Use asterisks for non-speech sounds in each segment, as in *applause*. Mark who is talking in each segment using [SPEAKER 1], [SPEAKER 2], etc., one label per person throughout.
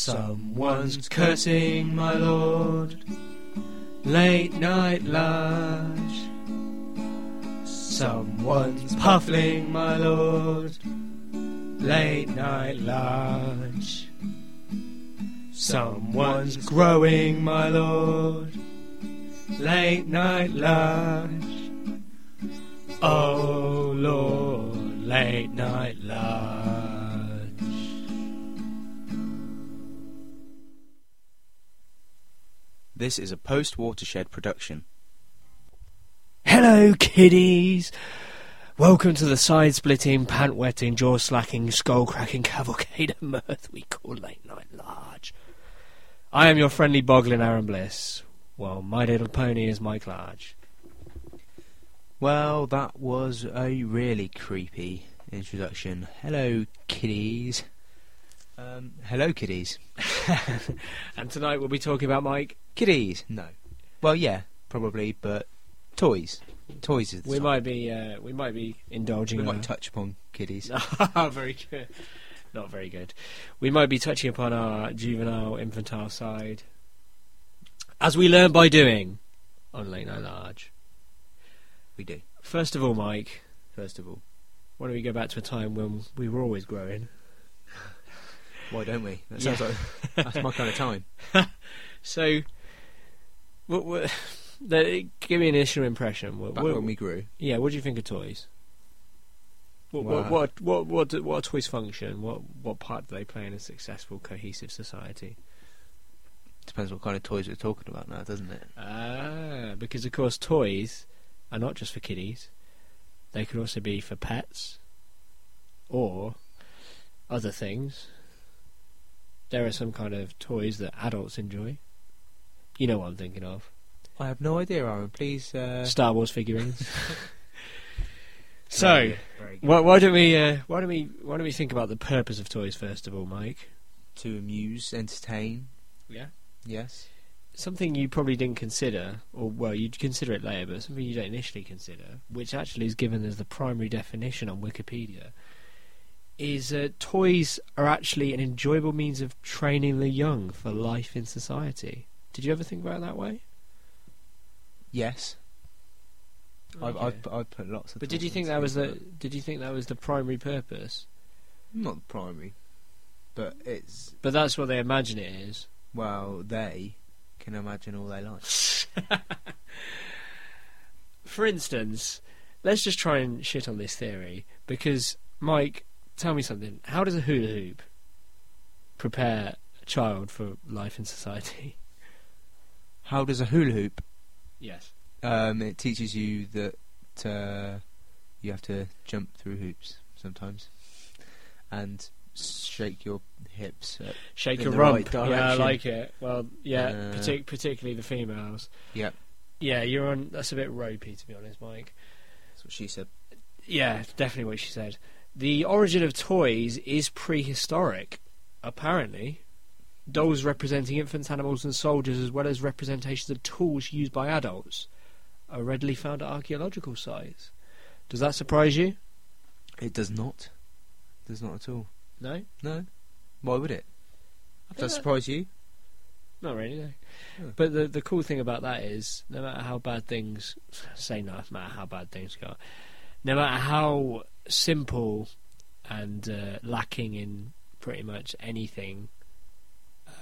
[SPEAKER 1] Someone's cursing, my lord. Late night large. Someone's puffling, my lord. Late night large. Someone's growing, my lord. Late night large. Oh lord, late night large.
[SPEAKER 2] This is a post watershed production.
[SPEAKER 1] Hello, kiddies! Welcome to the side splitting, pant wetting, jaw slacking, skull cracking cavalcade of mirth we call Late Night Large. I am your friendly boglin Aaron Bliss, while My Little Pony is Mike Large.
[SPEAKER 2] Well, that was a really creepy introduction. Hello, kiddies. Um, hello, kiddies.
[SPEAKER 1] *laughs* And tonight we'll be talking about Mike.
[SPEAKER 2] Kiddies? No. Well, yeah, probably, but toys. Toys is the
[SPEAKER 1] We
[SPEAKER 2] song.
[SPEAKER 1] might be uh, we might be indulging
[SPEAKER 2] we
[SPEAKER 1] our-
[SPEAKER 2] might touch upon kiddies.
[SPEAKER 1] Ah, *laughs* very good. Not very good. We might be touching upon our juvenile, infantile side, as we learn by doing on Late Night Large.
[SPEAKER 2] We do.
[SPEAKER 1] First of all, Mike,
[SPEAKER 2] First of all,
[SPEAKER 1] why don't we go back to a time when we were always growing?
[SPEAKER 2] why don't we? That
[SPEAKER 1] Yeah.
[SPEAKER 2] sounds like that's my kind of *laughs* time.
[SPEAKER 1] So, what, what, *laughs* the- give me an initial impression. What,
[SPEAKER 2] Back
[SPEAKER 1] what-
[SPEAKER 2] when we grew.
[SPEAKER 1] yeah, what do you think of toys? What,
[SPEAKER 2] Wow.
[SPEAKER 1] what, what, what, what, do- what are toys function? What, what part do they play in a successful, cohesive society?
[SPEAKER 2] Depends what kind of toys we're talking about now, doesn't it?
[SPEAKER 1] Ah, because of course toys are not just for kiddies; they could also be for pets or other things. There are some kind of toys that adults enjoy. You know what I'm thinking of:
[SPEAKER 2] I have no idea, Aaron. Please. Uh...
[SPEAKER 1] Star Wars figurines. so, why, why don't we? Uh, why don't we? Why don't we think about the purpose of toys first of all, Mike?
[SPEAKER 2] to amuse, entertain.
[SPEAKER 1] Yeah.
[SPEAKER 2] Yes.
[SPEAKER 1] something you probably didn't consider, or well, you'd consider it later, but something you don't initially consider, which actually is given as the primary definition on Wikipedia, is uh, toys are actually an enjoyable means of training the young for life in society. Did you ever think about it that way?
[SPEAKER 2] Yes. I've,
[SPEAKER 1] Okay.
[SPEAKER 2] I've, I've put lots of.
[SPEAKER 1] but did
[SPEAKER 2] thought
[SPEAKER 1] you think
[SPEAKER 2] into
[SPEAKER 1] that was
[SPEAKER 2] things,
[SPEAKER 1] the? Did you think that was the primary purpose?
[SPEAKER 2] but- not the primary, but it's
[SPEAKER 1] But that's what they imagine it is.
[SPEAKER 2] well they can imagine all they like.
[SPEAKER 1] For instance, let's just try and shit on this theory because Mike, tell me something. How does a hula hoop prepare a child for life in
[SPEAKER 2] *laughs*
[SPEAKER 1] society?
[SPEAKER 2] How does a hula hoop?
[SPEAKER 1] Yes.
[SPEAKER 2] Um, it teaches you that uh, you have to jump through hoops sometimes, and shake your hips. Up.
[SPEAKER 1] Shake
[SPEAKER 2] In
[SPEAKER 1] a
[SPEAKER 2] the
[SPEAKER 1] rump.
[SPEAKER 2] right
[SPEAKER 1] yeah, I
[SPEAKER 2] direction.
[SPEAKER 1] like it. Well, yeah,
[SPEAKER 2] Uh,
[SPEAKER 1] partic- particularly the females.
[SPEAKER 2] Yeah,
[SPEAKER 1] Yeah, you're on. That's a bit ropey, to be honest, Mike.
[SPEAKER 2] that's what she said.
[SPEAKER 1] Yeah, definitely what she said. The origin of toys is prehistoric, apparently. Dolls representing infants, animals, and soldiers, as well as representations of tools used by adults, are readily found at archaeological sites. Does that surprise you?
[SPEAKER 2] It does not. Does not at all.
[SPEAKER 1] No?
[SPEAKER 2] No. Why would it? Does that
[SPEAKER 1] that-
[SPEAKER 2] surprise you?
[SPEAKER 1] Not really, no.
[SPEAKER 2] Hmm.
[SPEAKER 1] But the the cool thing about that is, no matter how bad things, say no matter how bad things got, no matter how simple and uh, lacking in pretty much anything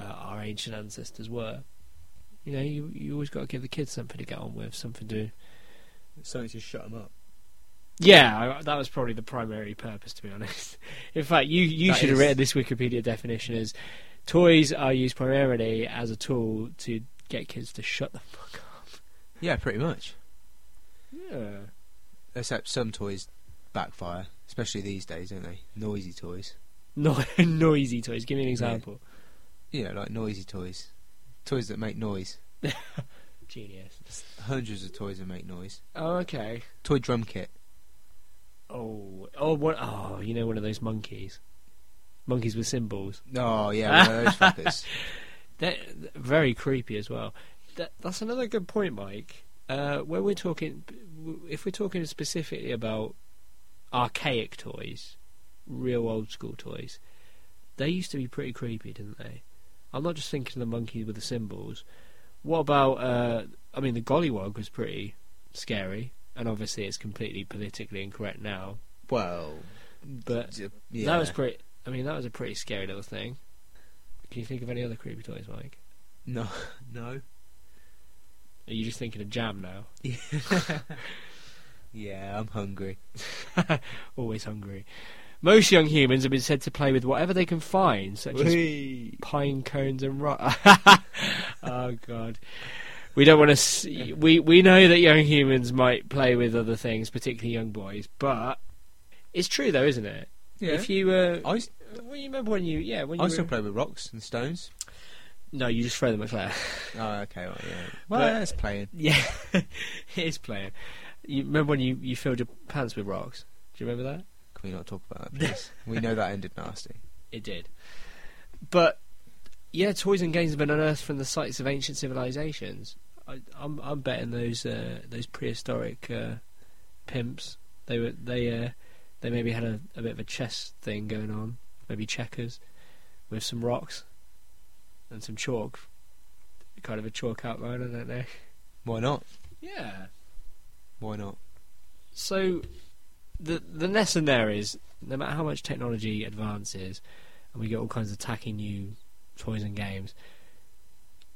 [SPEAKER 1] uh, our ancient ancestors were, you know, you you always got to give the kids something to get on with, something to.
[SPEAKER 2] Something to shut them up.
[SPEAKER 1] Yeah, I, that was probably the primary purpose, to be honest. *laughs* In fact, you you
[SPEAKER 2] That
[SPEAKER 1] should
[SPEAKER 2] is-
[SPEAKER 1] have written this Wikipedia definition as toys are used primarily as a tool to get kids to shut the fuck up.
[SPEAKER 2] Yeah, pretty much.
[SPEAKER 1] Yeah.
[SPEAKER 2] Except some toys backfire, especially these days, don't they? Noisy toys.
[SPEAKER 1] No- *laughs* noisy toys. Give me an example.
[SPEAKER 2] You know, like noisy toys. Toys that make noise.
[SPEAKER 1] Genius.
[SPEAKER 2] Hundreds of toys that make noise.
[SPEAKER 1] Oh, okay.
[SPEAKER 2] Toy drum kit.
[SPEAKER 1] Oh, oh, one, oh, you know, one of those monkeys. Monkeys with cymbals.
[SPEAKER 2] Oh, yeah, one of
[SPEAKER 1] *laughs*
[SPEAKER 2] those fuckers.
[SPEAKER 1] They're they're very creepy as well. That, that's another good point, Mike. Uh, when we're talking, if we're talking specifically about archaic toys, real old school toys, they used to be pretty creepy, didn't they? I'm not just thinking of the monkey with the symbols. What about? Uh, I mean, the Gollywog was pretty scary, and obviously it's completely politically incorrect now.
[SPEAKER 2] Well,
[SPEAKER 1] But
[SPEAKER 2] d- yeah.
[SPEAKER 1] that was pretty. I mean, that was a pretty scary little thing. Can you think of any other creepy toys, Mike?
[SPEAKER 2] no, *laughs* no.
[SPEAKER 1] Are you just thinking of jam now?
[SPEAKER 2] Yeah, I'm hungry.
[SPEAKER 1] Always hungry. Most young humans have been said to play with whatever they can find, such as
[SPEAKER 2] Whee!
[SPEAKER 1] pine cones and rock. *laughs* oh God, we don't want to. See, we we know that young humans might play with other things, particularly young boys. But it's true though, isn't it?
[SPEAKER 2] Yeah.
[SPEAKER 1] If you uh,
[SPEAKER 2] I, s-
[SPEAKER 1] well, you remember when you yeah when you
[SPEAKER 2] I
[SPEAKER 1] were-
[SPEAKER 2] still play with rocks and stones.
[SPEAKER 1] no you just throw them at Claire.
[SPEAKER 2] Oh, okay, well, yeah. Well,
[SPEAKER 1] But-
[SPEAKER 2] that's playing.
[SPEAKER 1] *laughs* yeah, it is playing. You remember when you you filled your pants with rocks? Do you remember that?
[SPEAKER 2] Can we not talk about
[SPEAKER 1] *laughs*
[SPEAKER 2] that, please? we know that ended nasty.
[SPEAKER 1] It did. But yeah, toys and games have been unearthed from the sites of ancient civilizations. I, I'm I'm betting those uh, those prehistoric uh, pimps they were they uh, they maybe had a, a bit of a chess thing going on, maybe checkers with some rocks and some chalk, kind of a chalk outline. I don't know.
[SPEAKER 2] Why not?
[SPEAKER 1] Yeah.
[SPEAKER 2] Why not?
[SPEAKER 1] So, the the lesson there is, no matter how much technology advances, and we get all kinds of tacky new toys and games,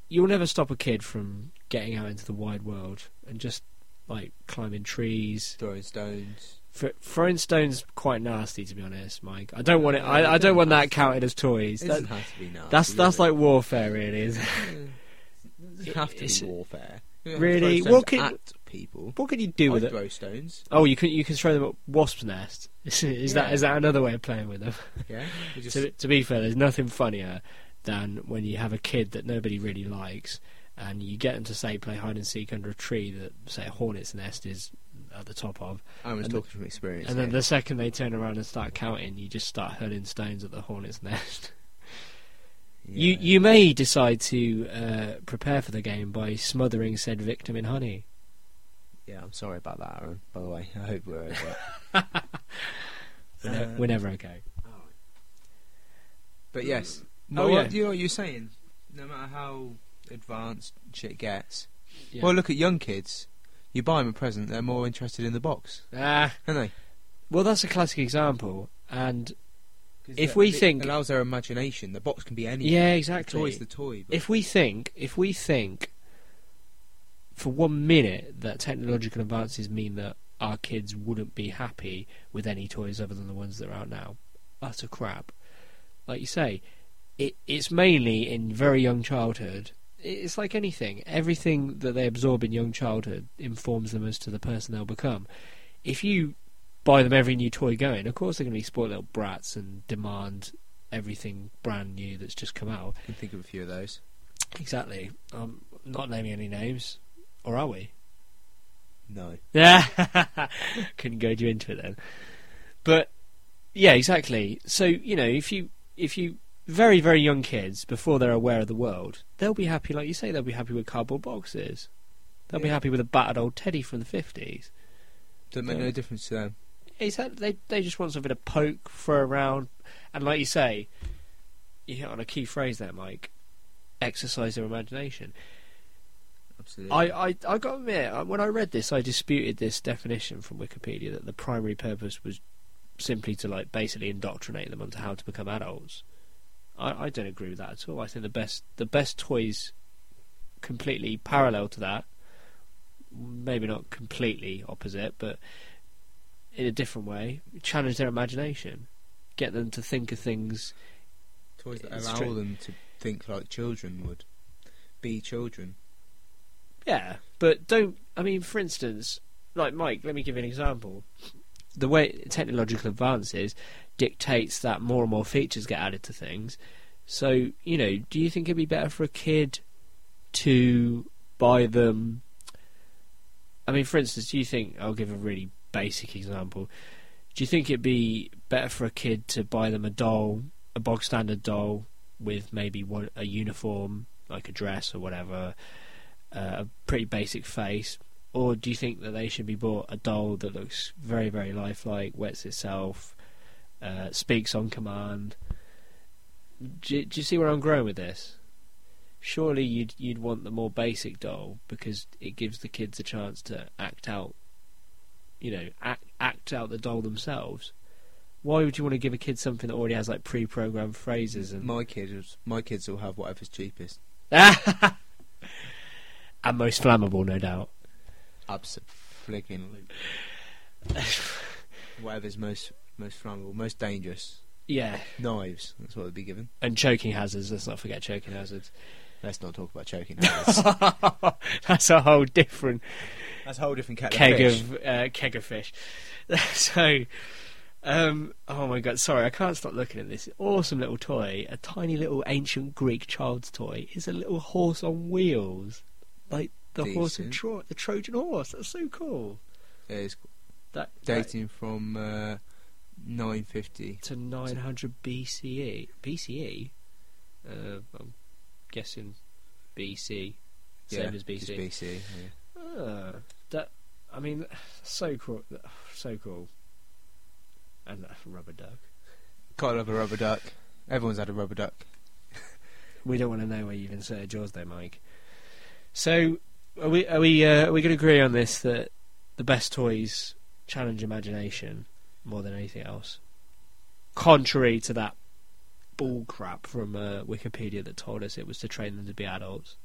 [SPEAKER 1] you'll never stop a kid from getting out into the wide world and just like climbing trees.
[SPEAKER 2] Throwing stones.
[SPEAKER 1] Th- throwing stones quite nasty, to be honest, Mike. I don't want it. I, I don't want that counted as toys.
[SPEAKER 2] It
[SPEAKER 1] That,
[SPEAKER 2] doesn't have to be nasty.
[SPEAKER 1] that's that's
[SPEAKER 2] does
[SPEAKER 1] like warfare, really. Is
[SPEAKER 2] *laughs* it? It doesn't have to
[SPEAKER 1] it's-
[SPEAKER 2] be warfare.
[SPEAKER 1] Really?
[SPEAKER 2] Throw
[SPEAKER 1] What
[SPEAKER 2] stones
[SPEAKER 1] can-
[SPEAKER 2] at people?
[SPEAKER 1] what can you do with
[SPEAKER 2] I
[SPEAKER 1] it?
[SPEAKER 2] throw stones.
[SPEAKER 1] Oh, you can you can throw them at wasps' nest. *laughs* Is, that is that another way of playing with them?
[SPEAKER 2] Yeah. We just
[SPEAKER 1] to, to be fair, there's nothing funnier than when you have a kid that nobody really likes and you get them to say play hide and seek under a tree that say a hornet's nest is at the top of
[SPEAKER 2] I was
[SPEAKER 1] and
[SPEAKER 2] talking from experience.
[SPEAKER 1] and then
[SPEAKER 2] here.
[SPEAKER 1] the second they turn around and start counting you just start hurling stones at the hornet's
[SPEAKER 2] *laughs*
[SPEAKER 1] nest you
[SPEAKER 2] Yeah.
[SPEAKER 1] you may decide to uh, prepare for the game by smothering said victim in honey
[SPEAKER 2] Yeah, I'm sorry about that, Aaron. By the way, I hope we're over. it.
[SPEAKER 1] *laughs* we're, ne-
[SPEAKER 2] Uh,
[SPEAKER 1] we're never okay
[SPEAKER 2] But yes.
[SPEAKER 1] Oh,
[SPEAKER 2] Oh, yeah.
[SPEAKER 1] yeah.
[SPEAKER 2] You know what you're saying? No matter how advanced shit gets.
[SPEAKER 1] Yeah.
[SPEAKER 2] Well, look at young kids. You buy them a present, they're more interested in the box,
[SPEAKER 1] Ah,
[SPEAKER 2] aren't
[SPEAKER 1] well that's a classic example and
[SPEAKER 2] they?
[SPEAKER 1] If we
[SPEAKER 2] it
[SPEAKER 1] think-
[SPEAKER 2] allows their imagination. The box can be anything.
[SPEAKER 1] yeah
[SPEAKER 2] The
[SPEAKER 1] exactly
[SPEAKER 2] toy's the toy. But
[SPEAKER 1] if we think if we think for one minute that technological advances mean that our kids wouldn't be happy with any toys other than the ones that are out now utter crap like you say it it's mainly in very young childhood I- it's like anything everything that they absorb in young childhood informs them as to the person they'll become if you buy them every new toy going of course they're going to be spoiled little brats and demand everything brand new that's just come out
[SPEAKER 2] I can think of a few of those.
[SPEAKER 1] Exactly. Um, not naming any names, or are we?
[SPEAKER 2] No.
[SPEAKER 1] Yeah, *laughs* couldn't goad you into it then. But yeah, exactly. So you know, if you if you very very young kids before they're aware of the world, they'll be happy, like you say, they'll be happy with cardboard boxes. They'll be
[SPEAKER 2] Yeah.
[SPEAKER 1] happy with a battered old teddy from the fifties.
[SPEAKER 2] Doesn't make
[SPEAKER 1] Yeah.
[SPEAKER 2] no difference to them.
[SPEAKER 1] Is that they they just want something to poke, throw around, and like you say, you hit on a key phrase there, Mike. Exercise their imagination.
[SPEAKER 2] Absolutely.
[SPEAKER 1] I, I, I got to admit, I- when I read this, I disputed this definition from Wikipedia that the primary purpose was simply to like basically indoctrinate them onto how to become adults. I, I don't agree with that at all. I think the best the best toys completely parallel to that, maybe not completely opposite, but in a different way, challenge their imagination, get them to think of things.
[SPEAKER 2] toys that
[SPEAKER 1] It's
[SPEAKER 2] allow
[SPEAKER 1] true.
[SPEAKER 2] them to think like children would. Be children.
[SPEAKER 1] Yeah, but don't. I mean, for instance, like Mike, let me give you an example. The way technological advances dictates that more and more features get added to things. So, you know, do you think it'd be better for a kid to buy them? I mean, for instance, do you think. I'll give a really basic example. Do you think it'd be better for a kid to buy them a doll, a bog standard doll, with maybe one, a uniform, like a dress or whatever, uh, a pretty basic face, or do you think that they should be bought a doll that looks very, very lifelike, wets itself, uh, speaks on command? Do, do you see where I'm growing with this? surely you'd you'd want the more basic doll because it gives the kids a chance to act out, you know, act, act out the doll themselves. Why would you want to give a kid something that already has like pre-programmed phrases and
[SPEAKER 2] My kids, my kids will have whatever's cheapest.
[SPEAKER 1] and most flammable, no doubt.
[SPEAKER 2] *laughs* Absolutely. whatever's most most flammable, most dangerous.
[SPEAKER 1] Yeah,
[SPEAKER 2] Knives. That's what they'd be given.
[SPEAKER 1] and choking hazards. Let's not forget choking *laughs* hazards.
[SPEAKER 2] Let's not talk about *laughs* choking. hazards.
[SPEAKER 1] That's a whole different
[SPEAKER 2] That's a whole different kettle
[SPEAKER 1] keg
[SPEAKER 2] fish.
[SPEAKER 1] of uh, keg of fish. *laughs* so, um, oh my god, sorry, I can't stop looking at this awesome little toy. A tiny little ancient Greek child's toy is a little horse on wheels, like the horse of
[SPEAKER 2] Decent.
[SPEAKER 1] Troy, the Trojan horse. That's so cool.
[SPEAKER 2] It's
[SPEAKER 1] That that-
[SPEAKER 2] dating from uh, 950.
[SPEAKER 1] to 900 BCE. BCE. E? Uh, I'm guessing BC. Same
[SPEAKER 2] yeah,
[SPEAKER 1] as BC.
[SPEAKER 2] just BC. Yeah.
[SPEAKER 1] Ah, that I mean, so cool, so cool, and that rubber duck.
[SPEAKER 2] Can't have a rubber duck. Everyone's had a rubber duck.
[SPEAKER 1] We don't want to know where you've inserted yours, though, Mike. So, are we are we uh, are we going to agree on this that the best toys challenge imagination more than anything else, contrary to that bull crap from uh, Wikipedia that told us it was to train them to be adults.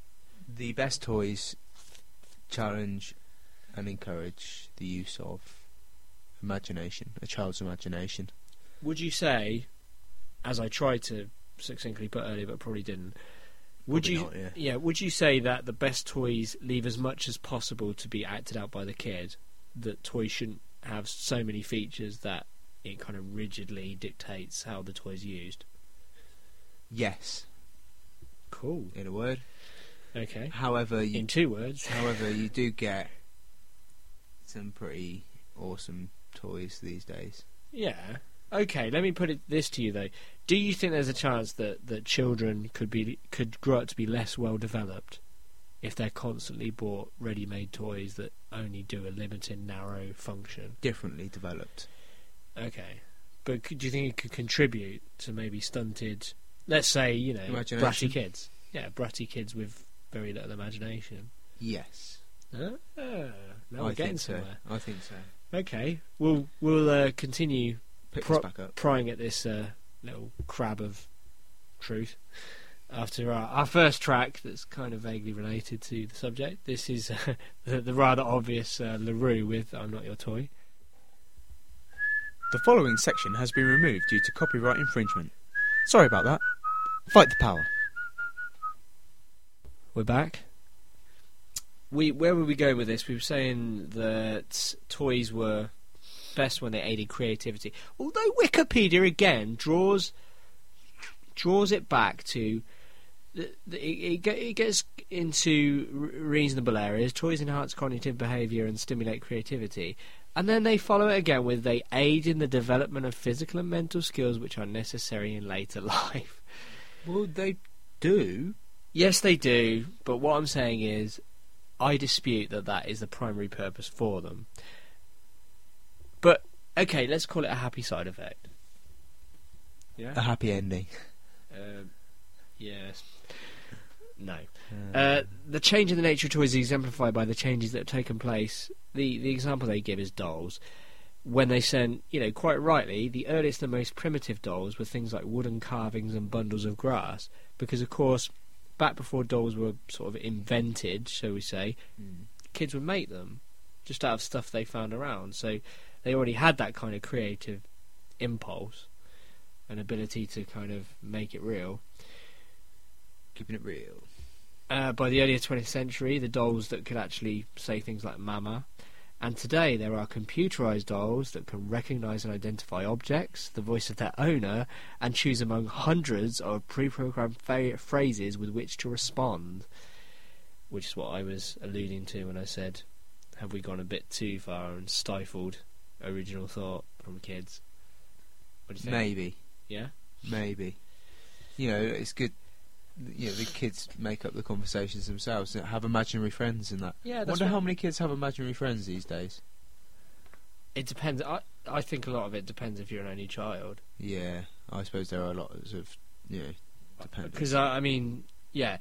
[SPEAKER 2] The best toys challenge and encourage the use of imagination, a child's imagination.
[SPEAKER 1] Would you say, as I tried to succinctly put earlier, but probably didn't, would
[SPEAKER 2] Probably
[SPEAKER 1] you?
[SPEAKER 2] not, yeah.
[SPEAKER 1] Yeah, would you say that the best toys leave as much as possible to be acted out by the kid? That toys shouldn't have so many features that it kind of rigidly dictates how the toy's used.
[SPEAKER 2] Yes,
[SPEAKER 1] Cool.
[SPEAKER 2] in a word.
[SPEAKER 1] Okay.
[SPEAKER 2] However,
[SPEAKER 1] In
[SPEAKER 2] you,
[SPEAKER 1] two words.
[SPEAKER 2] however, you do get some pretty awesome toys these days.
[SPEAKER 1] Yeah. Okay, let me put it this to you though. Do you think there's a chance that, that children could be could grow up to be less well developed if they're constantly bought ready made toys that only do a limited narrow function?
[SPEAKER 2] Differently developed.
[SPEAKER 1] Okay. But could, do you think it could contribute to maybe stunted let's say, you know,
[SPEAKER 2] Imagination?
[SPEAKER 1] bratty kids. Yeah, bratty kids with very little imagination.
[SPEAKER 2] Yes,
[SPEAKER 1] Ah, now
[SPEAKER 2] I
[SPEAKER 1] we're getting
[SPEAKER 2] think so.
[SPEAKER 1] somewhere.
[SPEAKER 2] I think so.
[SPEAKER 1] Okay. We'll we'll uh, continue
[SPEAKER 2] Pick
[SPEAKER 1] Pro-
[SPEAKER 2] this back up.
[SPEAKER 1] prying at this uh, little crab of truth after our, our first track that's kind of vaguely related to the subject. This is *laughs* uh, the, the rather obvious uh, LaRue with I'm Not Your Toy.
[SPEAKER 2] The following section has been removed due to copyright infringement. Sorry about that. Fight the power.
[SPEAKER 1] We're back. We Where were we going with this? We were saying that toys were best when they aided creativity. Although Wikipedia again draws draws it back to the, the, it, it ge- it gets into re- reasonable areas. Toys enhance cognitive behaviour and stimulate creativity, and then they follow it again with they aid in the development of physical and mental skills which are necessary in later *laughs* life.
[SPEAKER 2] Well, they do.
[SPEAKER 1] Yes, they do, but what I'm saying is, I dispute that that is the primary purpose for them. But okay, let's call it a happy side effect.
[SPEAKER 2] A
[SPEAKER 1] Yeah.
[SPEAKER 2] happy ending.
[SPEAKER 1] Um, yes. No. Uh, the change in the nature of toys is exemplified by the changes that have taken place. The the example they give is dolls. When they sent, you know, quite rightly, the earliest and most primitive dolls were things like wooden carvings and bundles of grass, because of course, back before dolls were sort of invented, shall we say, kids would make them just out of stuff they found around. So they already had that kind of creative impulse and ability to kind of make it real.
[SPEAKER 2] Keeping it real.
[SPEAKER 1] uh, by the earlier 20th century, the dolls that could actually say things like mama. And today, there are computerized dolls that can recognize and identify objects, the voice of their owner, and choose among hundreds of pre programmed fa- phrases with which to respond. Which is what I was alluding to when I said, have we gone a bit too far and stifled original thought from kids? What do you think?
[SPEAKER 2] Maybe,
[SPEAKER 1] Yeah?
[SPEAKER 2] maybe. You know, it's good. You know, the kids make up the conversations themselves and have imaginary friends and that.
[SPEAKER 1] Yeah,
[SPEAKER 2] Wonder how many kids have imaginary friends these days.
[SPEAKER 1] It depends. I, I think a lot of it depends if you're an only child.
[SPEAKER 2] Yeah, I suppose there are lots of you know, dependent.
[SPEAKER 1] Because I, I uh, mean, yeah,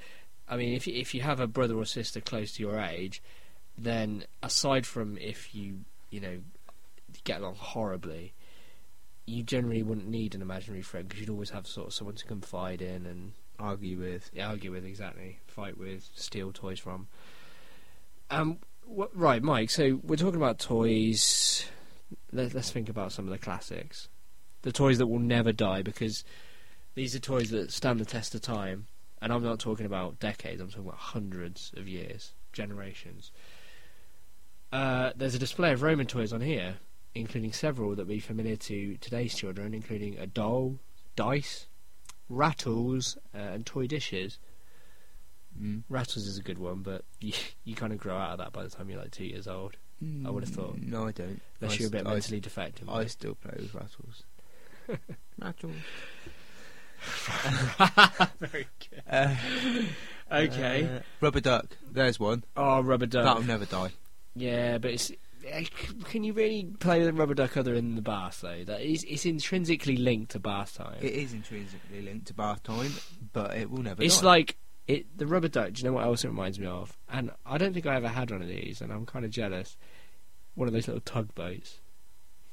[SPEAKER 1] I mean, if you, if you have a brother or sister close to your age, then aside from if you you know get along horribly, you generally wouldn't need an imaginary friend because you'd always have sort of someone to confide in and
[SPEAKER 2] Argue with.
[SPEAKER 1] argue with exactly, fight with, steal toys from. Um, wh- right, Mike. So we're talking about toys. Let, let's think about some of the classics, the toys that will never die because these are toys that stand the test of time. And I'm not talking about decades. I'm talking about hundreds of years, generations. Uh, there's a display of Roman toys on here, including several that be familiar to today's children, including a doll, dice, rattles, uh, and toy dishes.
[SPEAKER 2] Mm.
[SPEAKER 1] Rattles is a good one, but *laughs* you, you kind of grow out of that by the time you're like two years old, I would've thought.
[SPEAKER 2] Mm, No, I don't.
[SPEAKER 1] unless
[SPEAKER 2] I
[SPEAKER 1] you're a bit
[SPEAKER 2] st- I
[SPEAKER 1] mentally defective.
[SPEAKER 2] I still play with rattles.
[SPEAKER 1] *laughs*
[SPEAKER 2] rattles.
[SPEAKER 1] *laughs* Very good.
[SPEAKER 2] Uh,
[SPEAKER 1] *laughs* Okay.
[SPEAKER 2] uh, rubber duck. There's one.
[SPEAKER 1] oh, rubber duck.
[SPEAKER 2] That'll never die.
[SPEAKER 1] Yeah, but it's. eh, c- Can you really play with a rubber duck other than the bath though? That is, it's intrinsically linked to bath time.
[SPEAKER 2] It is intrinsically linked to bath time, but it will never die.
[SPEAKER 1] it's like it. The rubber duck. Do you know what else it reminds me of? And I don't think I ever had one of these, and I'm kind of jealous. One of those little tugboats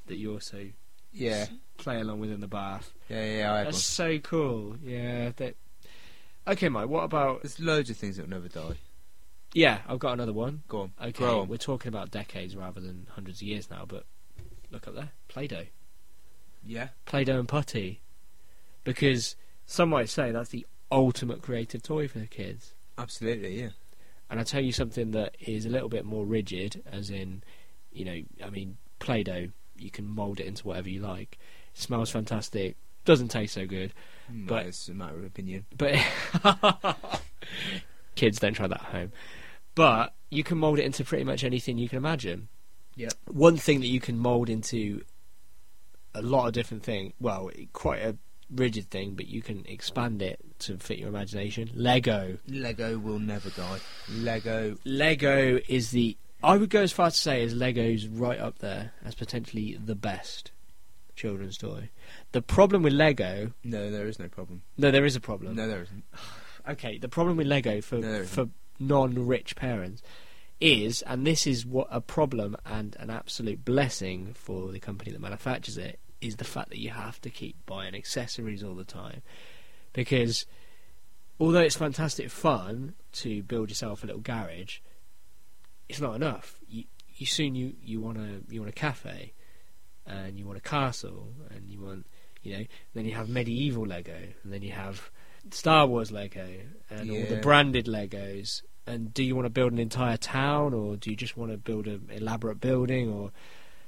[SPEAKER 1] that you also
[SPEAKER 2] Yeah.
[SPEAKER 1] play along with in the bath.
[SPEAKER 2] Yeah, yeah, yeah, I have
[SPEAKER 1] That's
[SPEAKER 2] one.
[SPEAKER 1] so cool. Yeah. That... Okay, Mike. What about?
[SPEAKER 2] There's loads of things that will never die.
[SPEAKER 1] Yeah, I've got another one.
[SPEAKER 2] Go on.
[SPEAKER 1] Okay,
[SPEAKER 2] Grow on.
[SPEAKER 1] we're talking about decades rather than hundreds of years now, but look up there. Play Doh.
[SPEAKER 2] Yeah.
[SPEAKER 1] Play Doh and Putty. Because some might say that's the ultimate creative toy for the kids.
[SPEAKER 2] Absolutely, yeah.
[SPEAKER 1] And I'll tell you something that is a little bit more rigid, as in, you know, I mean, Play Doh, you can mould it into whatever you like. It smells fantastic, doesn't taste so good,
[SPEAKER 2] Mm,
[SPEAKER 1] But-
[SPEAKER 2] it's a matter of opinion.
[SPEAKER 1] but *laughs* kids don't try that at home. But you can mold it into pretty much anything you can imagine.
[SPEAKER 2] Yep.
[SPEAKER 1] One thing that you can mold into a lot of different thing. Well, quite a rigid thing, but you can expand it to fit your imagination. Lego.
[SPEAKER 2] Lego will never die. Lego.
[SPEAKER 1] Lego is the. I would go as far to say as Lego's right up there as potentially the best children's toy. The problem with Lego,
[SPEAKER 2] No, there is no problem.
[SPEAKER 1] no, there is a problem.
[SPEAKER 2] No, there isn't.
[SPEAKER 1] okay, the problem with Lego for
[SPEAKER 2] No, there isn't.
[SPEAKER 1] for non-rich parents is, and this is what a problem and an absolute blessing for the company that manufactures it, is the fact that you have to keep buying accessories all the time, because although it's fantastic fun to build yourself a little garage, it's not enough. You you soon you you want a you want a cafe, and you want a castle, and you want you know then you have medieval Lego, and then you have Star Wars Lego, and all the
[SPEAKER 2] Yeah.
[SPEAKER 1] branded Legos. And do you want to build an entire town, or do you just want to build an elaborate building, or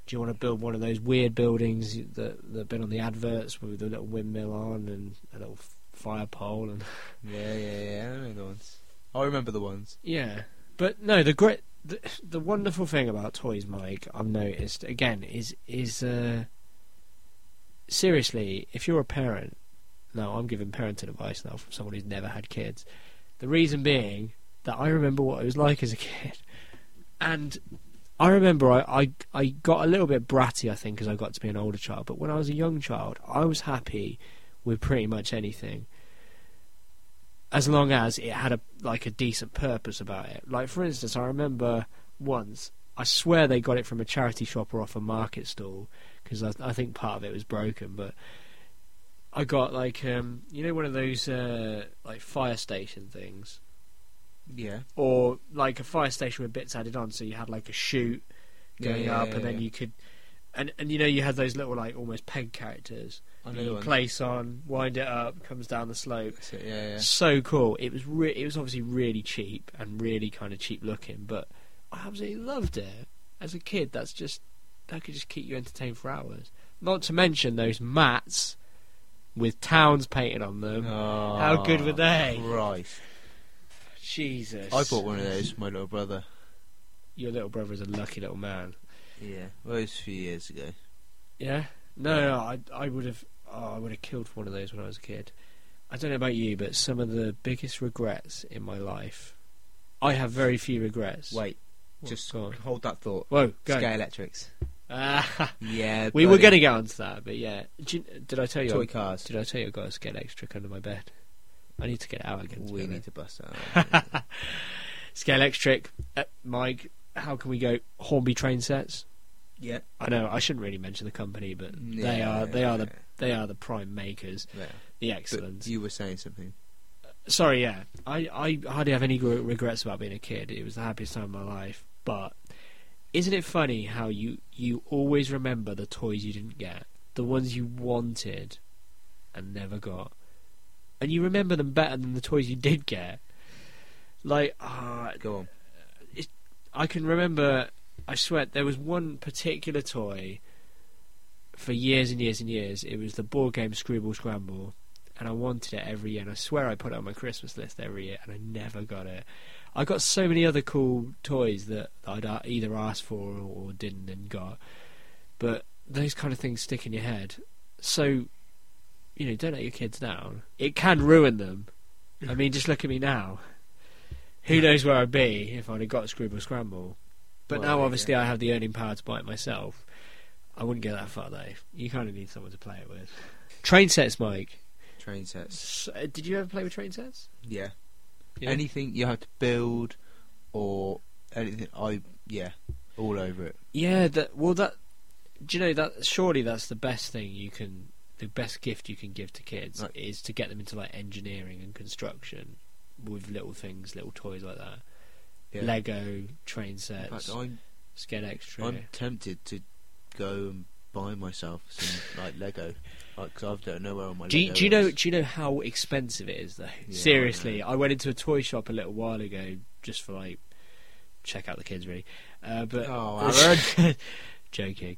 [SPEAKER 1] do you want to build one of those weird buildings that that've been on the adverts with a little windmill on and a little fire pole and
[SPEAKER 2] Yeah, yeah, yeah. I know the ones. I remember the ones.
[SPEAKER 1] yeah, but no, the great, the, the wonderful thing about toys, Mike, I've noticed again is is uh, seriously, if you're a parent, now I'm giving parenting advice now from someone who's never had kids. The reason being that I remember what it was like as a kid, and I remember I I, I got a little bit bratty, I think, as I got to be an older child. But when I was a young child, I was happy with pretty much anything as long as it had a like a decent purpose about it. Like for instance, I remember once I swear they got it from a charity shop or off a market stall because I, I think part of it was broken, but. I got like um, you know one of those uh, like fire station things,
[SPEAKER 2] Yeah.
[SPEAKER 1] or like a fire station with bits added on, so you had like a chute
[SPEAKER 2] Yeah,
[SPEAKER 1] going
[SPEAKER 2] yeah,
[SPEAKER 1] up,
[SPEAKER 2] yeah,
[SPEAKER 1] and then
[SPEAKER 2] yeah.
[SPEAKER 1] you could, and and you know you had those little like almost peg characters
[SPEAKER 2] I
[SPEAKER 1] that
[SPEAKER 2] know the
[SPEAKER 1] you
[SPEAKER 2] ones.
[SPEAKER 1] place on, wind it up, comes down the slope,
[SPEAKER 2] So, yeah, yeah.
[SPEAKER 1] so cool. It was re- it was obviously really cheap and really kind of cheap looking, but I absolutely loved it as a kid. That's just that could just keep you entertained for hours. Not to mention those mats with towns painted on *laughs* them.
[SPEAKER 2] Oh,
[SPEAKER 1] How good were they?
[SPEAKER 2] Christ.
[SPEAKER 1] Jesus,
[SPEAKER 2] I bought one of those for my little brother.
[SPEAKER 1] Your little brother is a lucky little man.
[SPEAKER 2] Yeah. Well, it was a few years ago.
[SPEAKER 1] Yeah. No, no, I I would have oh, I would have killed for one of those when I was a kid. I don't know about you, but some of the biggest regrets in my life. I have very few regrets.
[SPEAKER 2] Wait,
[SPEAKER 1] What?
[SPEAKER 2] just
[SPEAKER 1] Go on.
[SPEAKER 2] hold that thought.
[SPEAKER 1] Whoa, go.
[SPEAKER 2] Sky Electrics.
[SPEAKER 1] Ah,
[SPEAKER 2] Yeah.
[SPEAKER 1] we were going
[SPEAKER 2] bloody
[SPEAKER 1] to get onto that, but yeah. Did, you- did I tell you?
[SPEAKER 2] toy
[SPEAKER 1] I,
[SPEAKER 2] cars.
[SPEAKER 1] did I tell you I got a scale electric under my bed? I need to get it out again. to be
[SPEAKER 2] we
[SPEAKER 1] honest.
[SPEAKER 2] need to bust
[SPEAKER 1] *laughs*
[SPEAKER 2] out.
[SPEAKER 1] Scale Electric, uh, Mike. How can we go Hornby train sets?
[SPEAKER 2] yeah,
[SPEAKER 1] I know I shouldn't really mention the company, but they
[SPEAKER 2] Yeah,
[SPEAKER 1] are they are the
[SPEAKER 2] yeah.
[SPEAKER 1] they are the prime makers,
[SPEAKER 2] Yeah.
[SPEAKER 1] the
[SPEAKER 2] But
[SPEAKER 1] excellence.
[SPEAKER 2] you were saying something.
[SPEAKER 1] Sorry, yeah, I I hardly have any gr- regrets about being a kid. It was the happiest time of my life. But isn't it funny how you you always remember the toys you didn't get, the ones you wanted and never got, and you remember them better than the toys you did get. Like ah,
[SPEAKER 2] Go on.
[SPEAKER 1] I can remember. I swear there was one particular toy for years and years and years. It was the board game Scribble Scramble, and I wanted it every year. And I swear I put it on my Christmas list every year, and I never got it. I got so many other cool toys that I'd a- either asked for or, or didn't and got, but those kind of things stick in your head. So, you know, don't let your kids down. It can ruin them. I mean, just look at me now. Who knows where I'd be if I'd have got Scribble Scramble? But
[SPEAKER 2] Well,
[SPEAKER 1] now,
[SPEAKER 2] yeah.
[SPEAKER 1] obviously, I have the earning power to buy it myself. I wouldn't go that far, though. You kind of need someone to play it with. Train sets, Mike.
[SPEAKER 2] Train
[SPEAKER 1] S-
[SPEAKER 2] sets.
[SPEAKER 1] uh, did you ever play with train sets?
[SPEAKER 2] Yeah.
[SPEAKER 1] Yeah.
[SPEAKER 2] Anything you have to build or anything. I yeah, all over it.
[SPEAKER 1] Yeah, that well that do you know that surely that's the best thing you can the best gift you can give to kids
[SPEAKER 2] Right.
[SPEAKER 1] is to get them into like engineering and construction with little things, little toys like that.
[SPEAKER 2] Yeah.
[SPEAKER 1] Lego, train
[SPEAKER 2] In fact,
[SPEAKER 1] sets,
[SPEAKER 2] I'm
[SPEAKER 1] skin extra.
[SPEAKER 2] I'm tempted to go and buy myself some like Lego, like 'cause I don't know where all my.
[SPEAKER 1] do you,
[SPEAKER 2] Lego
[SPEAKER 1] do you know
[SPEAKER 2] is.
[SPEAKER 1] do you know how expensive it is though?
[SPEAKER 2] Yeah,
[SPEAKER 1] Seriously,
[SPEAKER 2] I
[SPEAKER 1] I went into a toy shop a little while ago just for like check out the kids really. Uh, but
[SPEAKER 2] Oh, Aaron.
[SPEAKER 1] *laughs* joking.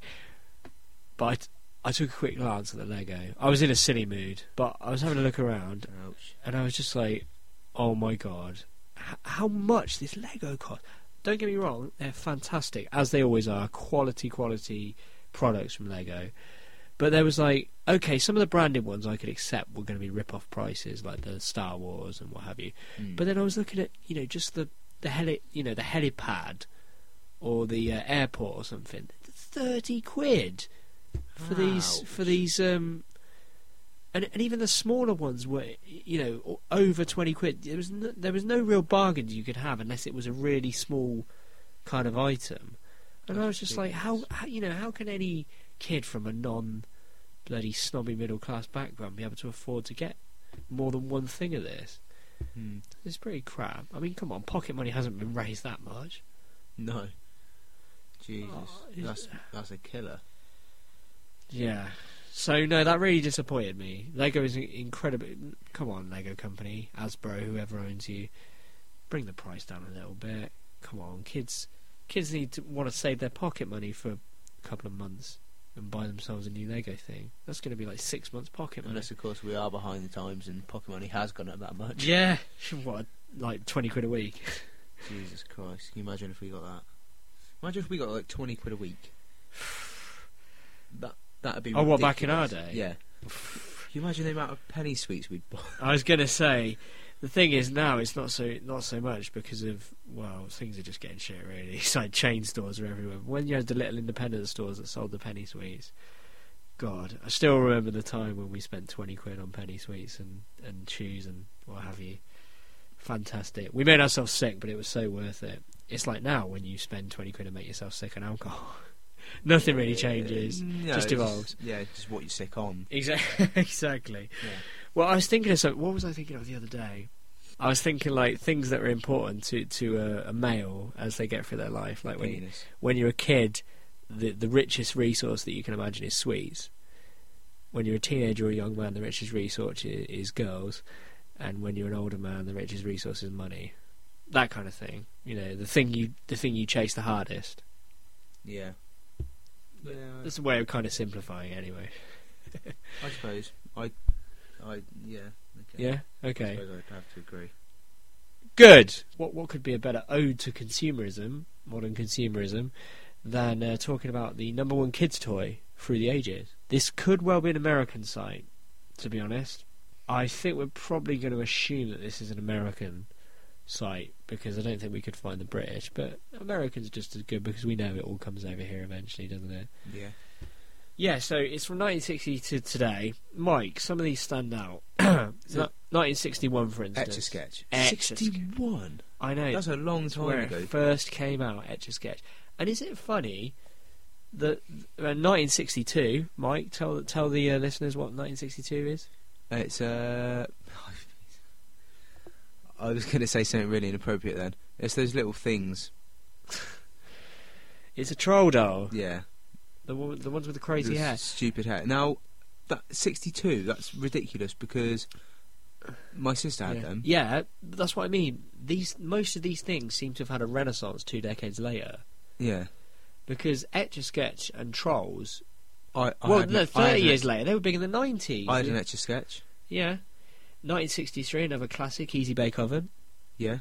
[SPEAKER 1] But I, t- I took a quick glance at the Lego. I was in a silly mood, but I was having a look around
[SPEAKER 2] Ouch.
[SPEAKER 1] and I was just like, "Oh my god, h- how much this Lego cost?" Don't get me wrong; they're fantastic, as they always are. Quality, quality products from Lego. But there was like, okay, some of the branded ones I could accept were going to be rip-off prices, like the Star Wars and what have you.
[SPEAKER 2] Mm.
[SPEAKER 1] But then I was looking at you know just the the heli you know the helipad or the uh, airport or something. Thirty quid for these for
[SPEAKER 2] Ouch.
[SPEAKER 1] these um and and even the smaller ones were you know o- over twenty quid. There was no, there was no real bargains you could have unless it was a really small kind of item. And I was
[SPEAKER 2] That's
[SPEAKER 1] just like, how, how you know how can any kid from a non bloody snobby middle class background be able to afford to get more than one thing of this?
[SPEAKER 2] Mm.
[SPEAKER 1] It's pretty crap. I mean, come on, pocket money hasn't been raised that much.
[SPEAKER 2] No. Jesus,
[SPEAKER 1] Oh, is-
[SPEAKER 2] that's that's a killer.
[SPEAKER 1] Yeah. So no, that really disappointed me. Lego is incredible. Come on, Lego company, Hasbro, whoever owns you, bring the price down a little bit. Come on, kids. Kids need to want to save their pocket money for a couple of months and buy themselves a new Lego thing. That's going to be like six months pocket money.
[SPEAKER 2] Unless of course we are behind the times and pocket money has gone up that much.
[SPEAKER 1] Yeah. *laughs* What? Like twenty quid a week.
[SPEAKER 2] Jesus Christ! Can you imagine if we got that? Imagine if we got like twenty quid a week. That that'd be.
[SPEAKER 1] Oh, what, back in
[SPEAKER 2] ridiculous.
[SPEAKER 1] our day?
[SPEAKER 2] Yeah. Can you imagine the amount of penny sweets we'd buy?
[SPEAKER 1] I was going to say, the thing is now it's not so not so much because of well things are just getting shit really. *laughs* It's like chain stores are everywhere. When you had the little independent stores that sold the penny sweets, God, I still remember the time when we spent twenty quid on penny sweets and and shoes and what have you. Fantastic. We made ourselves sick, but it was so worth it. It's like now when you spend twenty quid and make yourself sick on alcohol. *laughs* Nothing really changes.
[SPEAKER 2] No,
[SPEAKER 1] just
[SPEAKER 2] it's
[SPEAKER 1] evolves.
[SPEAKER 2] yeah, it's just what you're sick on.
[SPEAKER 1] Exactly. *laughs* exactly.
[SPEAKER 2] Yeah.
[SPEAKER 1] Well, I was thinking of something. What was I thinking of the other day? I was thinking like things that are important to to a, a male as they get through their life. Like when you,
[SPEAKER 2] Penis.
[SPEAKER 1] when you're a kid, the the richest resource that you can imagine is sweets. When you're a teenager or a young man, the richest resource is, is girls, and when you're an older man, the richest resource is money. That kind of thing. You know, the thing you the thing you chase the hardest.
[SPEAKER 2] Yeah. Yeah,
[SPEAKER 1] That's a way of kind of simplifying, it anyway.
[SPEAKER 2] I suppose. I, I, yeah. Okay.
[SPEAKER 1] Yeah.
[SPEAKER 2] I
[SPEAKER 1] Okay.
[SPEAKER 2] suppose I'd have to agree.
[SPEAKER 1] Good. What what could be a better ode to consumerism, modern consumerism, than uh, talking about the number one kids toy through the ages? This could well be an American site, to be honest. I think we're probably going to assume that this is an American site because I don't think we could find the British, but Americans are just as good because we know it all comes over here eventually, doesn't it?
[SPEAKER 2] Yeah.
[SPEAKER 1] Yeah, so it's from 1960 to today. Mike, some of these stand *coughs* out.
[SPEAKER 2] it-
[SPEAKER 1] No- 1961, for
[SPEAKER 3] Etch a
[SPEAKER 1] instance.
[SPEAKER 3] sketch.
[SPEAKER 1] Etch-a-Sketch.
[SPEAKER 2] Sixty-one.
[SPEAKER 1] I know.
[SPEAKER 2] That's a long time
[SPEAKER 1] where
[SPEAKER 2] ago.
[SPEAKER 1] it first came out, Etch a Sketch. And is it funny that uh, 1962, Mike, tell tell the uh, listeners what 1962 is?
[SPEAKER 2] It's uh, I was going to say something really inappropriate then. It's those little things.
[SPEAKER 1] It's a troll doll.
[SPEAKER 2] Yeah.
[SPEAKER 1] The, one, the ones with the crazy
[SPEAKER 2] the
[SPEAKER 1] hair.
[SPEAKER 2] Stupid hair. Now, that sixty-two. That's ridiculous because my sister had
[SPEAKER 1] yeah.
[SPEAKER 2] them.
[SPEAKER 1] Yeah, that's what I mean. These Most of these things seem to have had a renaissance two decades later.
[SPEAKER 2] Yeah.
[SPEAKER 1] Because Etch a Sketch and Trolls.
[SPEAKER 2] I, I
[SPEAKER 1] well,
[SPEAKER 2] had
[SPEAKER 1] no,
[SPEAKER 2] an- I had
[SPEAKER 1] 30
[SPEAKER 2] an-
[SPEAKER 1] years later, they were big in the 90s.
[SPEAKER 2] I had an etch a sketch.
[SPEAKER 1] yeah. 1963, another classic, Easy Bake Oven.
[SPEAKER 2] Yeah.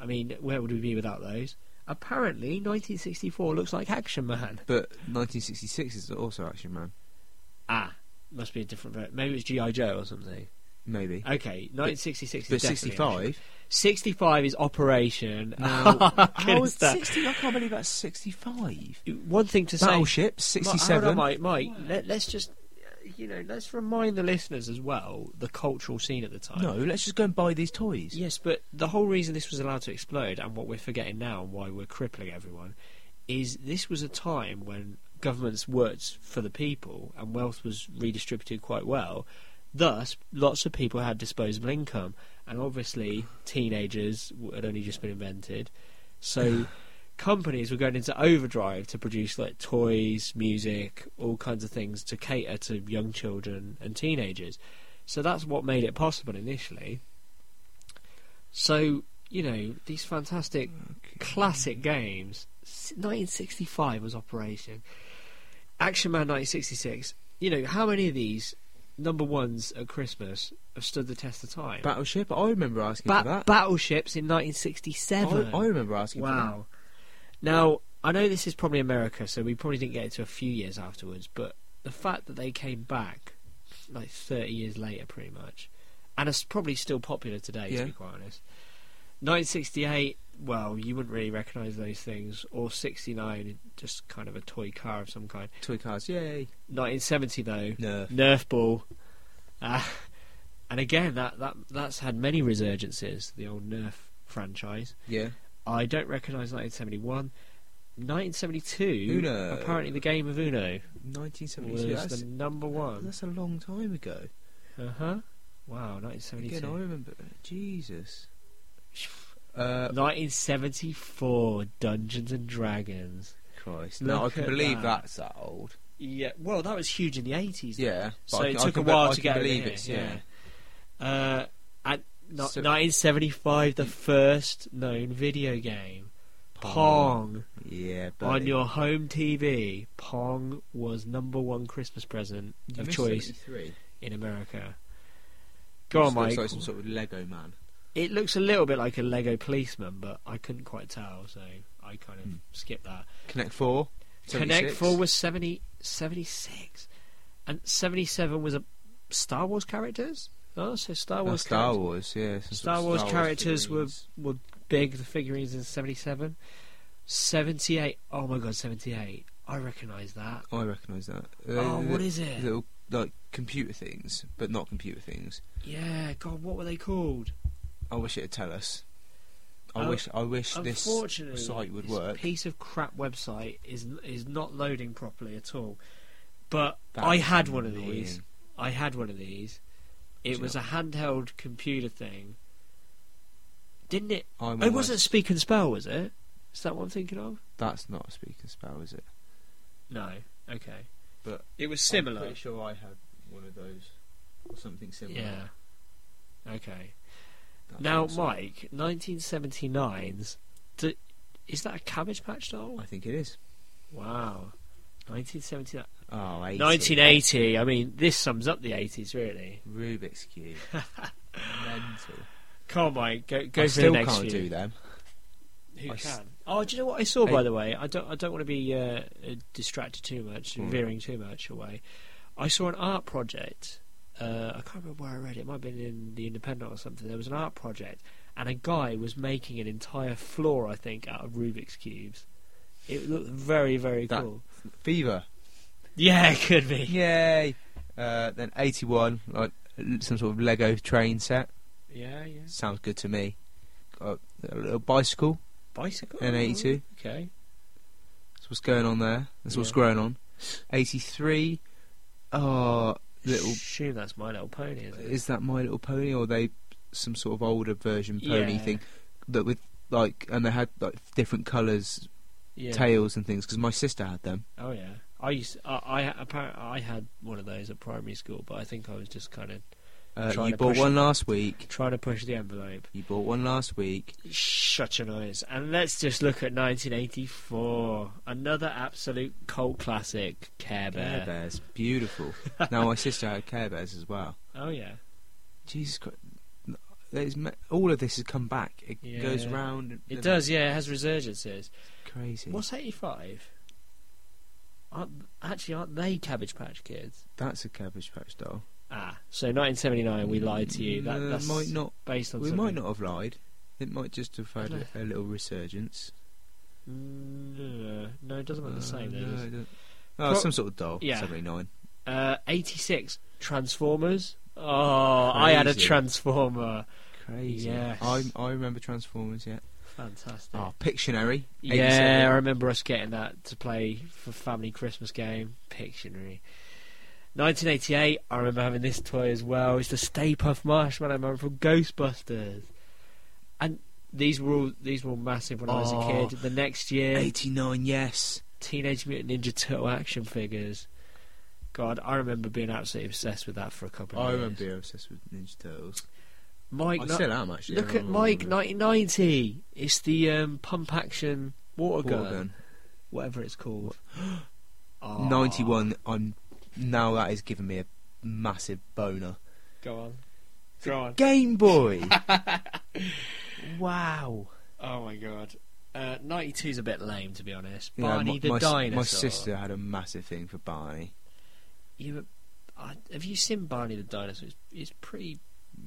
[SPEAKER 1] I mean, where would we be without those? Apparently, 1964 looks like Action Man.
[SPEAKER 2] But 1966 is also Action Man.
[SPEAKER 1] Ah, must be a different. ver- Maybe it's GI Joe or something.
[SPEAKER 2] Maybe.
[SPEAKER 1] Okay, 1966
[SPEAKER 2] But
[SPEAKER 1] is definitely Action.
[SPEAKER 2] 65.
[SPEAKER 1] 65 is Operation. *laughs*
[SPEAKER 2] No.
[SPEAKER 1] I couldn't
[SPEAKER 2] How is
[SPEAKER 1] stop.
[SPEAKER 2] 60? I can't believe that's 65.
[SPEAKER 1] One thing to say.
[SPEAKER 2] Battleship,
[SPEAKER 1] Mi- hold on,
[SPEAKER 2] 67.
[SPEAKER 1] Mike. Mike, let, let's just, uh, you know, let's remind the listeners as well the cultural scene at the time.
[SPEAKER 2] no, let's just go and buy these toys.
[SPEAKER 1] Yes, but the whole reason this was allowed to explode, and what we're forgetting now, and why we're crippling everyone, is this was a time when governments worked for the people and wealth was redistributed quite well. Thus, lots of people had disposable income, and obviously, teenagers w- had only just been invented. So, companies were going into overdrive to produce like toys, music, all kinds of things to cater to young children and teenagers. So that's what made it possible initially. So, you know, these fantastic classic games. S- 1965 was Operation. Action Man 1966. You know, how many of these number ones at Christmas have stood the test of time?
[SPEAKER 2] Battleship, I remember asking
[SPEAKER 1] Ba-
[SPEAKER 2] for that.
[SPEAKER 1] battleships in 1967.
[SPEAKER 2] I, I remember asking
[SPEAKER 1] Wow. Now, I know this is probably America, so we probably didn't get it to a few years afterwards, but the fact that they came back like 30 years later, pretty much, and it's probably still popular today,
[SPEAKER 2] Yeah.
[SPEAKER 1] to be quite honest. 1968, well, you wouldn't really recognise those things, or 69, just kind of a toy car of some kind.
[SPEAKER 2] for that. Toy cars, yay.
[SPEAKER 1] 1970, though,
[SPEAKER 2] No.
[SPEAKER 1] Nerf ball. Ah, and again, that, that that's had many resurgences, the old Nerf franchise.
[SPEAKER 2] Yeah.
[SPEAKER 1] I don't recognise 1971. 1972,
[SPEAKER 2] Uno.
[SPEAKER 1] apparently the game of Uno
[SPEAKER 2] 1972.
[SPEAKER 1] was
[SPEAKER 2] That's,
[SPEAKER 1] the number one.
[SPEAKER 2] that's a long time ago.
[SPEAKER 1] Uh huh. Wow, 1972.
[SPEAKER 2] Again, I remember. Jesus. Uh,
[SPEAKER 1] 1974, Dungeons and Dragons.
[SPEAKER 2] Christ. No, I
[SPEAKER 1] Look
[SPEAKER 2] can
[SPEAKER 1] at
[SPEAKER 2] believe
[SPEAKER 1] that.
[SPEAKER 2] that's that old.
[SPEAKER 1] Yeah, well, that was huge in the 80s. though.
[SPEAKER 2] Yeah. but
[SPEAKER 1] So
[SPEAKER 2] I
[SPEAKER 1] it
[SPEAKER 2] can- I
[SPEAKER 1] took a
[SPEAKER 2] can be-
[SPEAKER 1] while to
[SPEAKER 2] I can
[SPEAKER 1] get over
[SPEAKER 2] believe
[SPEAKER 1] here,
[SPEAKER 2] it's, yeah.
[SPEAKER 1] Uh, at no-
[SPEAKER 2] So-
[SPEAKER 1] 1975, the first known video game, Pong,
[SPEAKER 2] Yeah, but.
[SPEAKER 1] on your home TV. Pong was number one Christmas present of choice. in America. Go on, Mike.
[SPEAKER 2] Looks like some sort of Lego man.
[SPEAKER 1] It looks a little bit like a Lego policeman, but I couldn't quite tell, so I kind of
[SPEAKER 2] Hmm.
[SPEAKER 1] skipped that.
[SPEAKER 2] Connect Four.
[SPEAKER 1] Connect
[SPEAKER 2] 76.
[SPEAKER 1] 4 was 70, 76. And 77 was a Star Wars characters? Oh, so Star
[SPEAKER 2] Uh,
[SPEAKER 1] Wars
[SPEAKER 2] Star
[SPEAKER 1] characters.
[SPEAKER 2] Wars, yeah. some sort of
[SPEAKER 1] Star Wars characters
[SPEAKER 2] figurines.
[SPEAKER 1] were, were big, the figurines in 77. 78. Oh my god, 78. I recognise that.
[SPEAKER 2] I recognise that.
[SPEAKER 1] oh, what is it?
[SPEAKER 2] Little like computer things, but not computer things.
[SPEAKER 1] yeah, god, what were they called?
[SPEAKER 2] I wish it'd tell us. I
[SPEAKER 1] Oh,
[SPEAKER 2] wish. I wish this
[SPEAKER 1] Unfortunately,
[SPEAKER 2] site would
[SPEAKER 1] this
[SPEAKER 2] work.
[SPEAKER 1] piece of crap website is is not loading properly at all. But
[SPEAKER 2] That
[SPEAKER 1] I
[SPEAKER 2] is
[SPEAKER 1] had one of
[SPEAKER 2] annoying.
[SPEAKER 1] these. I had one of these. It
[SPEAKER 2] Sure.
[SPEAKER 1] was a handheld computer thing. Didn't it?
[SPEAKER 2] I'm
[SPEAKER 1] It
[SPEAKER 2] almost-
[SPEAKER 1] wasn't Speak and Spell, was it? Is that what I'm thinking of?
[SPEAKER 2] That's not a speaker spell, is it?
[SPEAKER 1] No. Okay.
[SPEAKER 2] But
[SPEAKER 1] it was
[SPEAKER 2] I'm
[SPEAKER 1] similar.
[SPEAKER 2] pretty sure I had one of those or something similar.
[SPEAKER 1] Yeah. Okay.
[SPEAKER 2] That's
[SPEAKER 1] now,
[SPEAKER 2] awesome.
[SPEAKER 1] Mike, 1979's. D- is that a Cabbage Patch doll?
[SPEAKER 2] I think it is.
[SPEAKER 1] Wow. 1979.
[SPEAKER 2] Oh, 80.
[SPEAKER 1] 1980. I mean, this sums up the 80s, really.
[SPEAKER 2] Rubik's
[SPEAKER 1] *laughs*
[SPEAKER 2] cube. Mental.
[SPEAKER 1] Come on, Mike, go, go
[SPEAKER 2] I
[SPEAKER 1] for
[SPEAKER 2] still
[SPEAKER 1] the next few.
[SPEAKER 2] can't do them.
[SPEAKER 1] Who
[SPEAKER 2] I s-
[SPEAKER 1] can? Oh, do you know what I saw? By
[SPEAKER 2] Hey.
[SPEAKER 1] the way, I don't. I don't want to be uh, uh, distracted too much,
[SPEAKER 2] Hmm.
[SPEAKER 1] veering too much away. I saw an art project. Uh, I can't remember where I read it. It might have been in the Independent or something. There was an art project, and a guy was making an entire floor, I think, out of Rubik's cubes. It looked very, very
[SPEAKER 2] That-
[SPEAKER 1] cool.
[SPEAKER 2] Fever.
[SPEAKER 1] Yeah, it could
[SPEAKER 2] *laughs*
[SPEAKER 1] be.
[SPEAKER 2] Yay! Uh, then 81, like some sort of Lego train set.
[SPEAKER 1] Yeah, yeah.
[SPEAKER 2] Sounds good to me. Uh, a little bicycle
[SPEAKER 1] Bicycle.
[SPEAKER 2] in 82.
[SPEAKER 1] Okay.
[SPEAKER 2] That's what's going on there. That's what's
[SPEAKER 1] Mm-hmm. Yeah.
[SPEAKER 2] growing on. 83. Oh, little.
[SPEAKER 1] Assume that's My Little Pony. Isn't it?
[SPEAKER 2] Is that My Little Pony or they some sort of older version pony
[SPEAKER 1] Yeah.
[SPEAKER 2] thing that with like and they had like different colours,
[SPEAKER 1] Yeah.
[SPEAKER 2] tails and things because my sister had them.
[SPEAKER 1] Oh yeah. I used I I, appar- I had one of those at primary school, but I think I was just kind of
[SPEAKER 2] Uh,
[SPEAKER 1] Trying
[SPEAKER 2] you
[SPEAKER 1] to
[SPEAKER 2] bought
[SPEAKER 1] push
[SPEAKER 2] one
[SPEAKER 1] it.
[SPEAKER 2] last week.
[SPEAKER 1] trying to push the envelope.
[SPEAKER 2] You bought one last week.
[SPEAKER 1] Such a noise. And let's just look at 1984. Another absolute cult classic, Care Bear.
[SPEAKER 2] Care Bears,
[SPEAKER 1] *laughs*
[SPEAKER 2] beautiful. now my sister had Care Bears as well.
[SPEAKER 1] Oh yeah.
[SPEAKER 2] Jesus Christ. There's, ma- all of this has come back. It
[SPEAKER 1] Yeah.
[SPEAKER 2] goes round. and-
[SPEAKER 1] It does. Yeah, it has resurgences.
[SPEAKER 2] Crazy.
[SPEAKER 1] What's 85? Aren't, actually, aren't they Cabbage Patch Kids?
[SPEAKER 2] That's a Cabbage Patch doll.
[SPEAKER 1] Ah, so 1979, we lied to you. That,
[SPEAKER 2] No,
[SPEAKER 1] that's
[SPEAKER 2] Mm, might not.
[SPEAKER 1] based on
[SPEAKER 2] We
[SPEAKER 1] something.
[SPEAKER 2] might not have lied. It might just have had
[SPEAKER 1] Dunno.
[SPEAKER 2] a, a little resurgence.
[SPEAKER 1] Mm, No, no, it doesn't look the same.
[SPEAKER 2] Uh,
[SPEAKER 1] though,
[SPEAKER 2] no,
[SPEAKER 1] does
[SPEAKER 2] I
[SPEAKER 1] it?
[SPEAKER 2] don't- Oh,
[SPEAKER 1] Pro-
[SPEAKER 2] some sort of doll.
[SPEAKER 1] Yeah.
[SPEAKER 2] Seventy nine.
[SPEAKER 1] Uh, 86, Transformers. Oh, I had a
[SPEAKER 2] Crazy.
[SPEAKER 1] Transformer.
[SPEAKER 2] Crazy.
[SPEAKER 1] Yes.
[SPEAKER 2] I I remember Transformers. Yeah.
[SPEAKER 1] Fantastic.
[SPEAKER 2] Oh, Pictionary.
[SPEAKER 1] yeah, I remember us getting that to play for family Christmas game. Pictionary. 1988, I remember having this toy as well. It's the Stay Puft Marshmallow Man from Ghostbusters. And these were all these were all massive when I was
[SPEAKER 2] Oh.
[SPEAKER 1] a kid. The next year,
[SPEAKER 2] Eighty nine. Yes.
[SPEAKER 1] Teenage Mutant Ninja Turtle action figures. God, I remember being absolutely obsessed with that for a couple of
[SPEAKER 2] I
[SPEAKER 1] years.
[SPEAKER 2] remember being obsessed with Ninja Turtles.
[SPEAKER 1] Mike,
[SPEAKER 2] I
[SPEAKER 1] no-
[SPEAKER 2] still am actually. Oh.
[SPEAKER 1] look
[SPEAKER 2] I
[SPEAKER 1] at Mike
[SPEAKER 2] remember
[SPEAKER 1] 1990. It's the um, pump action water
[SPEAKER 2] Water
[SPEAKER 1] gun,
[SPEAKER 2] gun.
[SPEAKER 1] whatever it's
[SPEAKER 2] *gasps*
[SPEAKER 1] called. Ah.
[SPEAKER 2] Ninety-one. I'm now that is giving me a massive boner.
[SPEAKER 1] Go on. Go on. *laughs*
[SPEAKER 2] Game Boy.
[SPEAKER 1] Wow. Oh my god. Uh, 92 is a bit lame, to be honest.
[SPEAKER 2] You know,
[SPEAKER 1] Barney
[SPEAKER 2] my,
[SPEAKER 1] the
[SPEAKER 2] my s-
[SPEAKER 1] dinosaur.
[SPEAKER 2] My sister had a massive thing for Barney.
[SPEAKER 1] You, I, have you seen Barney the dinosaur? It's, it's pretty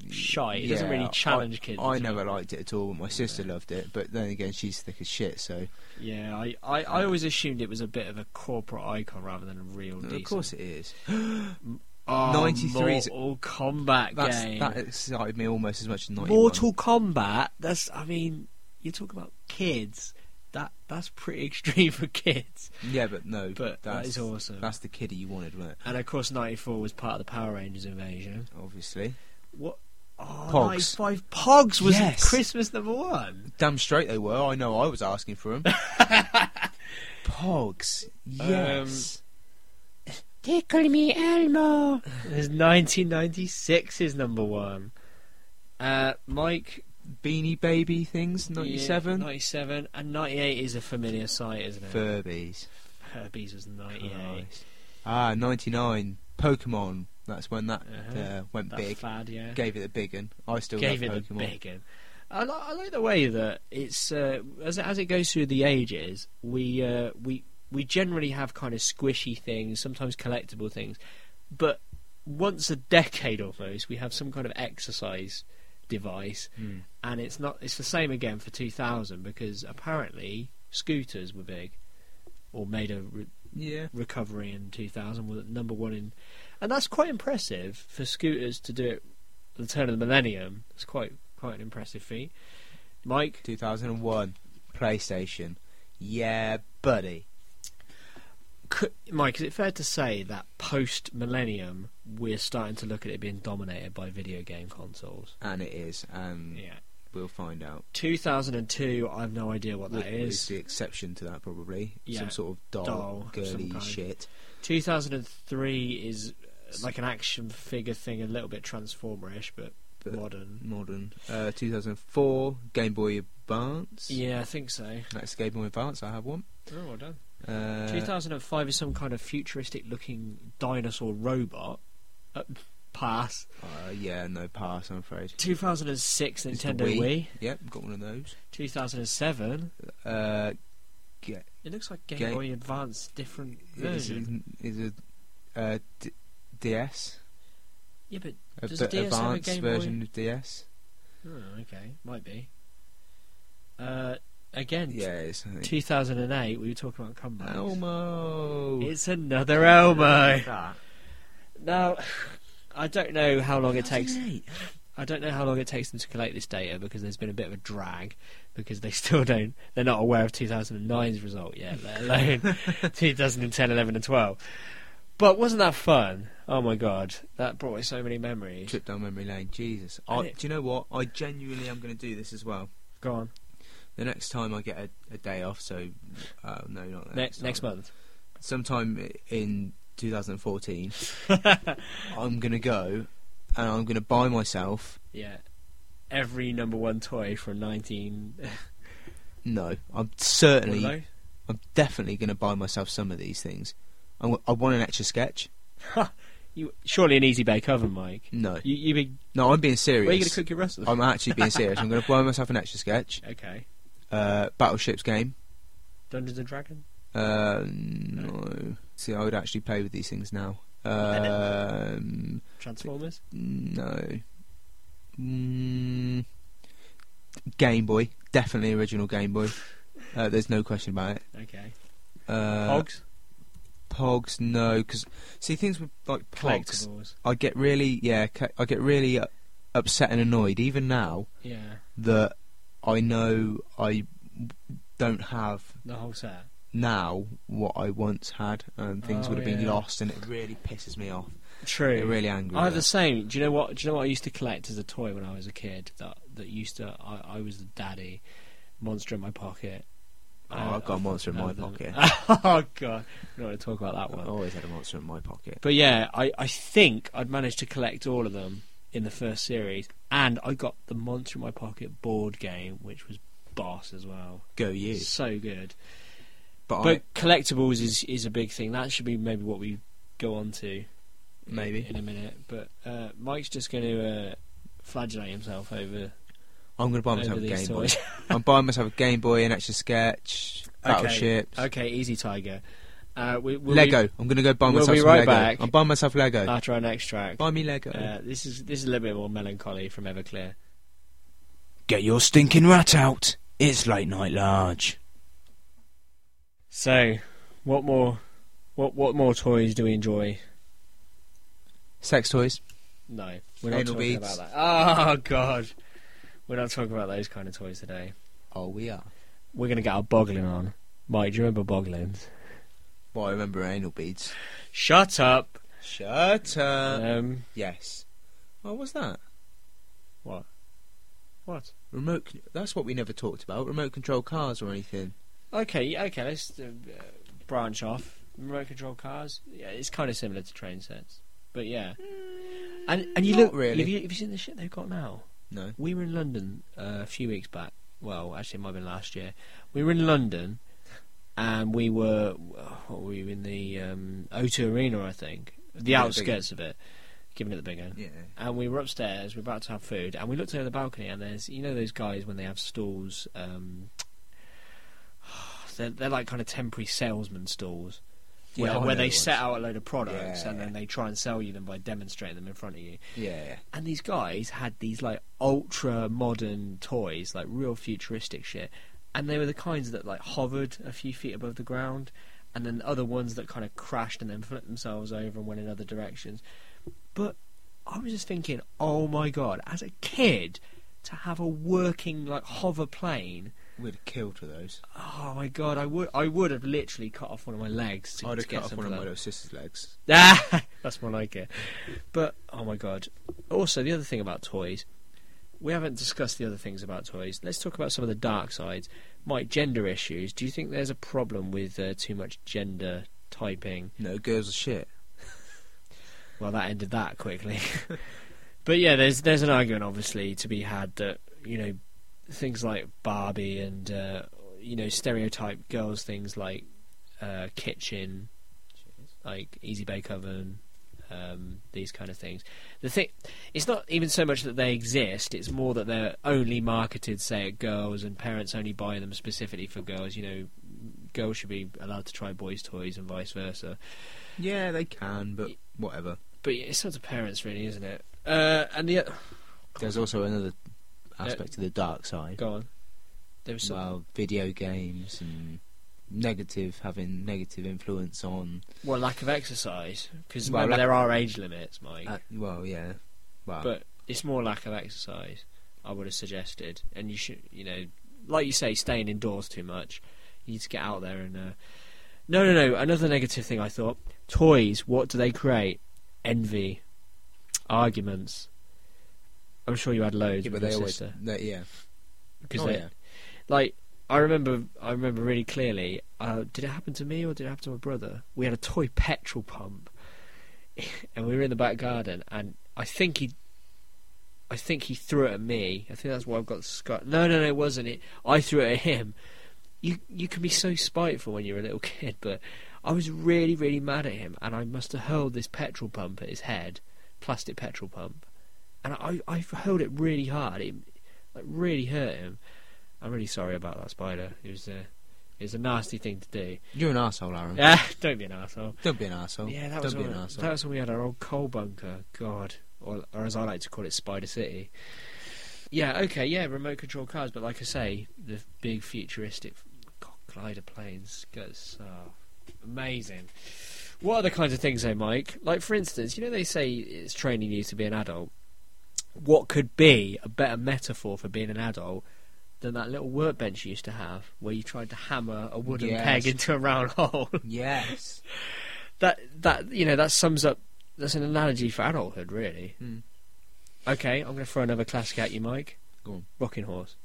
[SPEAKER 1] shy. It doesn't
[SPEAKER 2] Yeah,
[SPEAKER 1] really challenge kids.
[SPEAKER 2] I
[SPEAKER 1] at
[SPEAKER 2] never
[SPEAKER 1] all.
[SPEAKER 2] liked it at all, but my sister loved it. But then again, she's thick as shit, so
[SPEAKER 1] Yeah, I, I, I always assumed it was a bit of a corporate icon rather than a real.
[SPEAKER 2] of course it is.
[SPEAKER 1] Oh,
[SPEAKER 2] 93 is-
[SPEAKER 1] Mortal Kombat
[SPEAKER 2] That's,
[SPEAKER 1] game.
[SPEAKER 2] that excited me almost as much as ninety-one.
[SPEAKER 1] Mortal Kombat. That's. I mean, you talk about kids. That that's pretty *laughs* extreme for kids.
[SPEAKER 2] Yeah, but no,
[SPEAKER 1] But that
[SPEAKER 2] that's,
[SPEAKER 1] is awesome.
[SPEAKER 2] That's the kiddie you wanted, wasn't it?
[SPEAKER 1] And of course, ninety four was part of the Power Rangers invasion.
[SPEAKER 2] Obviously,
[SPEAKER 1] What? Oh,
[SPEAKER 2] Pogs.
[SPEAKER 1] 95 Pogs was
[SPEAKER 2] Yes.
[SPEAKER 1] Christmas number one.
[SPEAKER 2] damn straight they were. I know I was asking for
[SPEAKER 1] *laughs*
[SPEAKER 2] them. Pogs,
[SPEAKER 1] Um,
[SPEAKER 2] yes.
[SPEAKER 1] Tickle me Elmo. There's 1996 is number one. Uh, Mike
[SPEAKER 2] Beanie Baby things, ninety-seven.
[SPEAKER 1] Yeah, 97. And 98 is a familiar sight, isn't it?
[SPEAKER 2] Furbies.
[SPEAKER 1] Herbies was 98.
[SPEAKER 2] Christ. Ah, 99. Pokemon. That's when that
[SPEAKER 1] Uh-huh.
[SPEAKER 2] uh, went
[SPEAKER 1] That
[SPEAKER 2] big.
[SPEAKER 1] fad, yeah.
[SPEAKER 2] Gave it the big un. I still
[SPEAKER 1] Gave it
[SPEAKER 2] love
[SPEAKER 1] a
[SPEAKER 2] Pokemon.
[SPEAKER 1] big one. I, li- I like the way that it's uh, as it- as it goes through the ages. We uh, we we generally have kind of squishy things, sometimes collectible things, but once a decade almost, we have some kind of exercise device,
[SPEAKER 2] Mm.
[SPEAKER 1] and it's not it's the same again for 2000 because apparently scooters were big or made a re-
[SPEAKER 2] Yeah.
[SPEAKER 1] recovery in 2000 was number one in, and that's quite impressive for scooters to do it at the turn of the millennium. It's quite quite an impressive feat. Mike,
[SPEAKER 2] 2001. PlayStation. Yeah, buddy.
[SPEAKER 1] could, Mike, is it fair to say that post millennium we're starting to look at it being dominated by video game consoles?
[SPEAKER 2] And it is. And
[SPEAKER 1] Yeah.
[SPEAKER 2] we'll find out.
[SPEAKER 1] 2002, I have no idea what that
[SPEAKER 2] What is
[SPEAKER 1] is.
[SPEAKER 2] the exception to that, probably?
[SPEAKER 1] Yeah,
[SPEAKER 2] Some sort of doll,
[SPEAKER 1] doll of some
[SPEAKER 2] girly
[SPEAKER 1] kind.
[SPEAKER 2] shit.
[SPEAKER 1] 2003 is uh, like an action figure thing, a little bit transformerish, but,
[SPEAKER 2] But-
[SPEAKER 1] modern.
[SPEAKER 2] Modern. Uh, 2004. Game Boy Advance.
[SPEAKER 1] Yeah, I think so.
[SPEAKER 2] That's Game Boy Advance. I have one.
[SPEAKER 1] Oh, well done.
[SPEAKER 2] Uh,
[SPEAKER 1] 2005 is some kind of futuristic looking dinosaur robot. Uh, pass.
[SPEAKER 2] uh, yeah, no pass, I'm afraid.
[SPEAKER 1] 2006
[SPEAKER 2] It's the
[SPEAKER 1] Nintendo Wii.
[SPEAKER 2] Yep, got one of those.
[SPEAKER 1] 2007.
[SPEAKER 2] Uh,
[SPEAKER 1] It looks like Game
[SPEAKER 2] Game-
[SPEAKER 1] Boy Advance, different
[SPEAKER 2] is
[SPEAKER 1] version.
[SPEAKER 2] a, is a uh, D- DS,
[SPEAKER 1] Yeah, but.
[SPEAKER 2] a
[SPEAKER 1] Does
[SPEAKER 2] bit
[SPEAKER 1] DS have a
[SPEAKER 2] advanced
[SPEAKER 1] Game Boy?
[SPEAKER 2] version of DS.
[SPEAKER 1] Oh, okay. Might be. Uh, again,
[SPEAKER 2] Yeah, Oh it's. I think-
[SPEAKER 1] 2008, we were talking about comebacks.
[SPEAKER 2] Elmo.
[SPEAKER 1] It's another Elmo.
[SPEAKER 2] That.
[SPEAKER 1] Now, *sighs* I don't know how long it takes.
[SPEAKER 2] 2008.
[SPEAKER 1] I don't know how long it takes them to collect this data because there's been a bit of a drag because they *laughs* still don't. They're not aware of 2009's result yet, let
[SPEAKER 2] *laughs*
[SPEAKER 1] alone 2010, 11, and 12. But wasn't that fun? Oh my god, that brought us so many memories.
[SPEAKER 2] Trip down memory lane. Jesus.
[SPEAKER 1] And
[SPEAKER 2] I, do
[SPEAKER 1] it-
[SPEAKER 2] you know what? I genuinely am going to do this as well.
[SPEAKER 1] Go on.
[SPEAKER 2] The next time I get a, a day off, so uh, no, not the
[SPEAKER 1] Ne-
[SPEAKER 2] next.
[SPEAKER 1] next
[SPEAKER 2] time.
[SPEAKER 1] month.
[SPEAKER 2] Sometime i- in 2014, *laughs* I'm going to go and I'm going to buy myself.
[SPEAKER 1] Yeah. Every number one toy from 19.
[SPEAKER 2] No, I'm
[SPEAKER 1] What
[SPEAKER 2] certainly,
[SPEAKER 1] are
[SPEAKER 2] I'm definitely going to buy myself some of these things. I wa- I want an extra sketch.
[SPEAKER 1] they? you, surely an easy bake oven, Mike.
[SPEAKER 2] No,
[SPEAKER 1] You, you be,
[SPEAKER 2] no, I'm being serious.
[SPEAKER 1] where are you going to cook your rest of them?
[SPEAKER 2] I'm actually being serious. I'm going to buy myself an extra sketch.
[SPEAKER 1] Okay.
[SPEAKER 2] Uh, Battleships game.
[SPEAKER 1] Dungeons and Dragons?
[SPEAKER 2] Uh, no. See, I would actually play with these things now. Um,
[SPEAKER 1] Transformers?
[SPEAKER 2] no. Mm, Game Boy. Definitely original Game Boy. Uh, there's no question about it.
[SPEAKER 1] Okay.
[SPEAKER 2] Uh,
[SPEAKER 1] Hogs?
[SPEAKER 2] Pogs, no, because see things with like Pogs,
[SPEAKER 1] Collectibles.
[SPEAKER 2] I get really yeah, ca- I get really uh, upset and annoyed even now
[SPEAKER 1] Yeah.
[SPEAKER 2] that I know I don't have
[SPEAKER 1] The whole set.
[SPEAKER 2] now what I once had, and things
[SPEAKER 1] Oh,
[SPEAKER 2] would have been
[SPEAKER 1] yeah.
[SPEAKER 2] lost, and it really pisses me off. I get
[SPEAKER 1] True.
[SPEAKER 2] really angry.
[SPEAKER 1] I
[SPEAKER 2] with
[SPEAKER 1] had the
[SPEAKER 2] it.
[SPEAKER 1] same. Do you know what? Do you know what I used to collect as a toy when I was a kid? That that used to. I, I was the daddy, monster in my pocket.
[SPEAKER 2] Oh,
[SPEAKER 1] I-
[SPEAKER 2] I've got a monster in my
[SPEAKER 1] had them.
[SPEAKER 2] pocket.
[SPEAKER 1] *laughs*
[SPEAKER 2] Oh.
[SPEAKER 1] oh god, I don't want to talk about that
[SPEAKER 2] I
[SPEAKER 1] one.
[SPEAKER 2] always had a monster in my pocket.
[SPEAKER 1] But yeah, I, I think I'd managed to collect all of them in the first series, and I got the Monster in My Pocket board game, which was boss as well.
[SPEAKER 2] Go you!
[SPEAKER 1] So good.
[SPEAKER 2] But, I,
[SPEAKER 1] But collectibles is is a big thing. That should be maybe what we go on to
[SPEAKER 2] maybe
[SPEAKER 1] in a minute. But uh, Mike's just going to uh, flagellate himself over,
[SPEAKER 2] I'm going to buy myself
[SPEAKER 1] over
[SPEAKER 2] a
[SPEAKER 1] these
[SPEAKER 2] Game Boy.
[SPEAKER 1] toys. *laughs*
[SPEAKER 2] *laughs* I'm buying myself a Game Boy, an extra sketch, Battleships,
[SPEAKER 1] okay, easy tiger. Uh, we, we'll
[SPEAKER 2] Lego.
[SPEAKER 1] be
[SPEAKER 2] I'm going to go buy
[SPEAKER 1] we'll
[SPEAKER 2] myself
[SPEAKER 1] be
[SPEAKER 2] some
[SPEAKER 1] right
[SPEAKER 2] Lego.
[SPEAKER 1] back.
[SPEAKER 2] I'm buying myself Lego.
[SPEAKER 1] after our next track.
[SPEAKER 2] buy me Lego.
[SPEAKER 1] Uh, this is this is a little bit more melancholy from Everclear.
[SPEAKER 2] Get your stinking rat out. It's late night large.
[SPEAKER 1] So, what more? What what more toys do we enjoy?
[SPEAKER 2] Sex toys.
[SPEAKER 1] No, we're not
[SPEAKER 2] Anal
[SPEAKER 1] talking
[SPEAKER 2] beads.
[SPEAKER 1] about that. Oh God, we're not talking about those kind of toys today.
[SPEAKER 2] Oh, we are.
[SPEAKER 1] We're gonna get our boggling on. Mike, do you remember boglins?
[SPEAKER 2] Well, I remember anal beads.
[SPEAKER 1] Shut up.
[SPEAKER 2] Shut up.
[SPEAKER 1] Um,
[SPEAKER 2] Yes. Oh, what's that?
[SPEAKER 1] what? What?
[SPEAKER 2] Remote. That's what we never talked about. Remote control cars or anything.
[SPEAKER 1] Okay, yeah, okay, let's uh, uh, branch off. Remote control cars. Yeah, it's kind of similar to train sets, but yeah. And and you
[SPEAKER 2] Mm, Not
[SPEAKER 1] look
[SPEAKER 2] really.
[SPEAKER 1] Have you, have you seen the shit they've got now?
[SPEAKER 2] No.
[SPEAKER 1] We were in London uh, a few weeks back. Well, actually, it might have been last year. We were in London, and we were what were we in the um, O2 Arena, I think, the
[SPEAKER 2] Yeah, the big-
[SPEAKER 1] outskirts of it, giving it the big end
[SPEAKER 2] Yeah.
[SPEAKER 1] and we were upstairs. We were about to have food, and we looked over the balcony, and there's you know those guys when they have stalls, um, *sighs* they're, they're like kind of temporary salesman stalls where,
[SPEAKER 2] Yeah, I
[SPEAKER 1] where
[SPEAKER 2] know
[SPEAKER 1] they
[SPEAKER 2] the
[SPEAKER 1] set
[SPEAKER 2] ones.
[SPEAKER 1] out a load of products
[SPEAKER 2] Yeah.
[SPEAKER 1] and then they try and sell you them by demonstrating them in front of you.
[SPEAKER 2] Yeah.
[SPEAKER 1] And these guys had these like ultra modern toys, like real futuristic shit, and they were the kinds that like hovered a few feet above the ground, and then other ones that kind of crashed and then flipped themselves over and went in other directions. But I was just thinking, oh my god, as a kid, to have a working like hover plane,
[SPEAKER 2] We'd have killed for those.
[SPEAKER 1] oh my god, I would I would have literally cut off one of my legs to,
[SPEAKER 2] I'd
[SPEAKER 1] to
[SPEAKER 2] have
[SPEAKER 1] get
[SPEAKER 2] cut off
[SPEAKER 1] some
[SPEAKER 2] one
[SPEAKER 1] of
[SPEAKER 2] of my
[SPEAKER 1] that.
[SPEAKER 2] little sister's legs. *laughs*
[SPEAKER 1] Ah, that's more like it. But oh my god! Also, the other thing about toys, we haven't discussed the other things about toys. Let's talk about some of the dark sides. Mike, gender issues. Do you think there's a problem with uh, too much gender typing?
[SPEAKER 2] No, girls are shit.
[SPEAKER 1] Well, that ended that quickly. *laughs* but yeah, there's there's an argument obviously to be had that you know things like Barbie and uh, you know stereotype girls things like uh, kitchen, like easy bake oven, um, these kind of things. The thing, it's not even so much that they exist; it's more that they're only marketed, say, at girls, and parents only buy them specifically for girls. You know, girls should be allowed to try boys' toys and vice versa.
[SPEAKER 2] Yeah, they can, but whatever.
[SPEAKER 1] But yeah, it's up to parents, really, isn't it? Uh, and the
[SPEAKER 2] There's also another aspect of the dark side.
[SPEAKER 1] go on. There was some, well,
[SPEAKER 2] well, video games and negative having negative influence on.
[SPEAKER 1] lack of exercise because
[SPEAKER 2] Well,
[SPEAKER 1] remember
[SPEAKER 2] lack-
[SPEAKER 1] there are age limits, Mike.
[SPEAKER 2] Uh, well, yeah, well,
[SPEAKER 1] but it's more lack of exercise. I would have suggested, and you should, you know, like you say, staying indoors too much. You need to get out there and. Uh... No, no, no. Another negative thing I thought: toys. What do they create? Envy, arguments. I'm sure you had loads
[SPEAKER 2] yeah,
[SPEAKER 1] with
[SPEAKER 2] but
[SPEAKER 1] your
[SPEAKER 2] they always,
[SPEAKER 1] sister
[SPEAKER 2] they- yeah,
[SPEAKER 1] because
[SPEAKER 2] oh,
[SPEAKER 1] they,
[SPEAKER 2] yeah.
[SPEAKER 1] like I remember I remember really clearly uh, did it happen to me or did it happen to my brother we had a toy petrol pump *laughs* and we were in the back garden and I think he I think he threw it at me I think that's why I've got the scar no no no it wasn't it I threw it at him you you can be so spiteful when you're a little *laughs* kid but I was really really mad at him and I must have hurled this petrol pump at his head plastic petrol pump and I I hurled it really hard it like really hurt him I'm really sorry about that spider. It was a, it was a nasty thing to do.
[SPEAKER 2] You're an asshole, Aaron.
[SPEAKER 1] Yeah, *laughs* don't be an asshole.
[SPEAKER 2] Don't be an asshole.
[SPEAKER 1] Yeah, that
[SPEAKER 2] Don't
[SPEAKER 1] was
[SPEAKER 2] be
[SPEAKER 1] when,
[SPEAKER 2] an asshole.
[SPEAKER 1] that was when we had our old coal bunker. God, or, or as I like to call it, Spider City. Yeah, okay, yeah, remote control cars. But like I say, the big futuristic God, glider planes. Goes, oh, amazing. What other kinds of things, though, Mike? Like, for instance, you know they say it's training you to be an adult. What could be a better metaphor for being an adult than that little workbench you used to have, where you tried to hammer a wooden
[SPEAKER 2] Yes.
[SPEAKER 1] peg into a round *laughs* hole?
[SPEAKER 2] Yes.
[SPEAKER 1] that that you know that sums up that's an analogy for adulthood really
[SPEAKER 2] Hmm.
[SPEAKER 1] okay i'm going to throw another classic at you mike
[SPEAKER 2] Go on.
[SPEAKER 1] rocking horse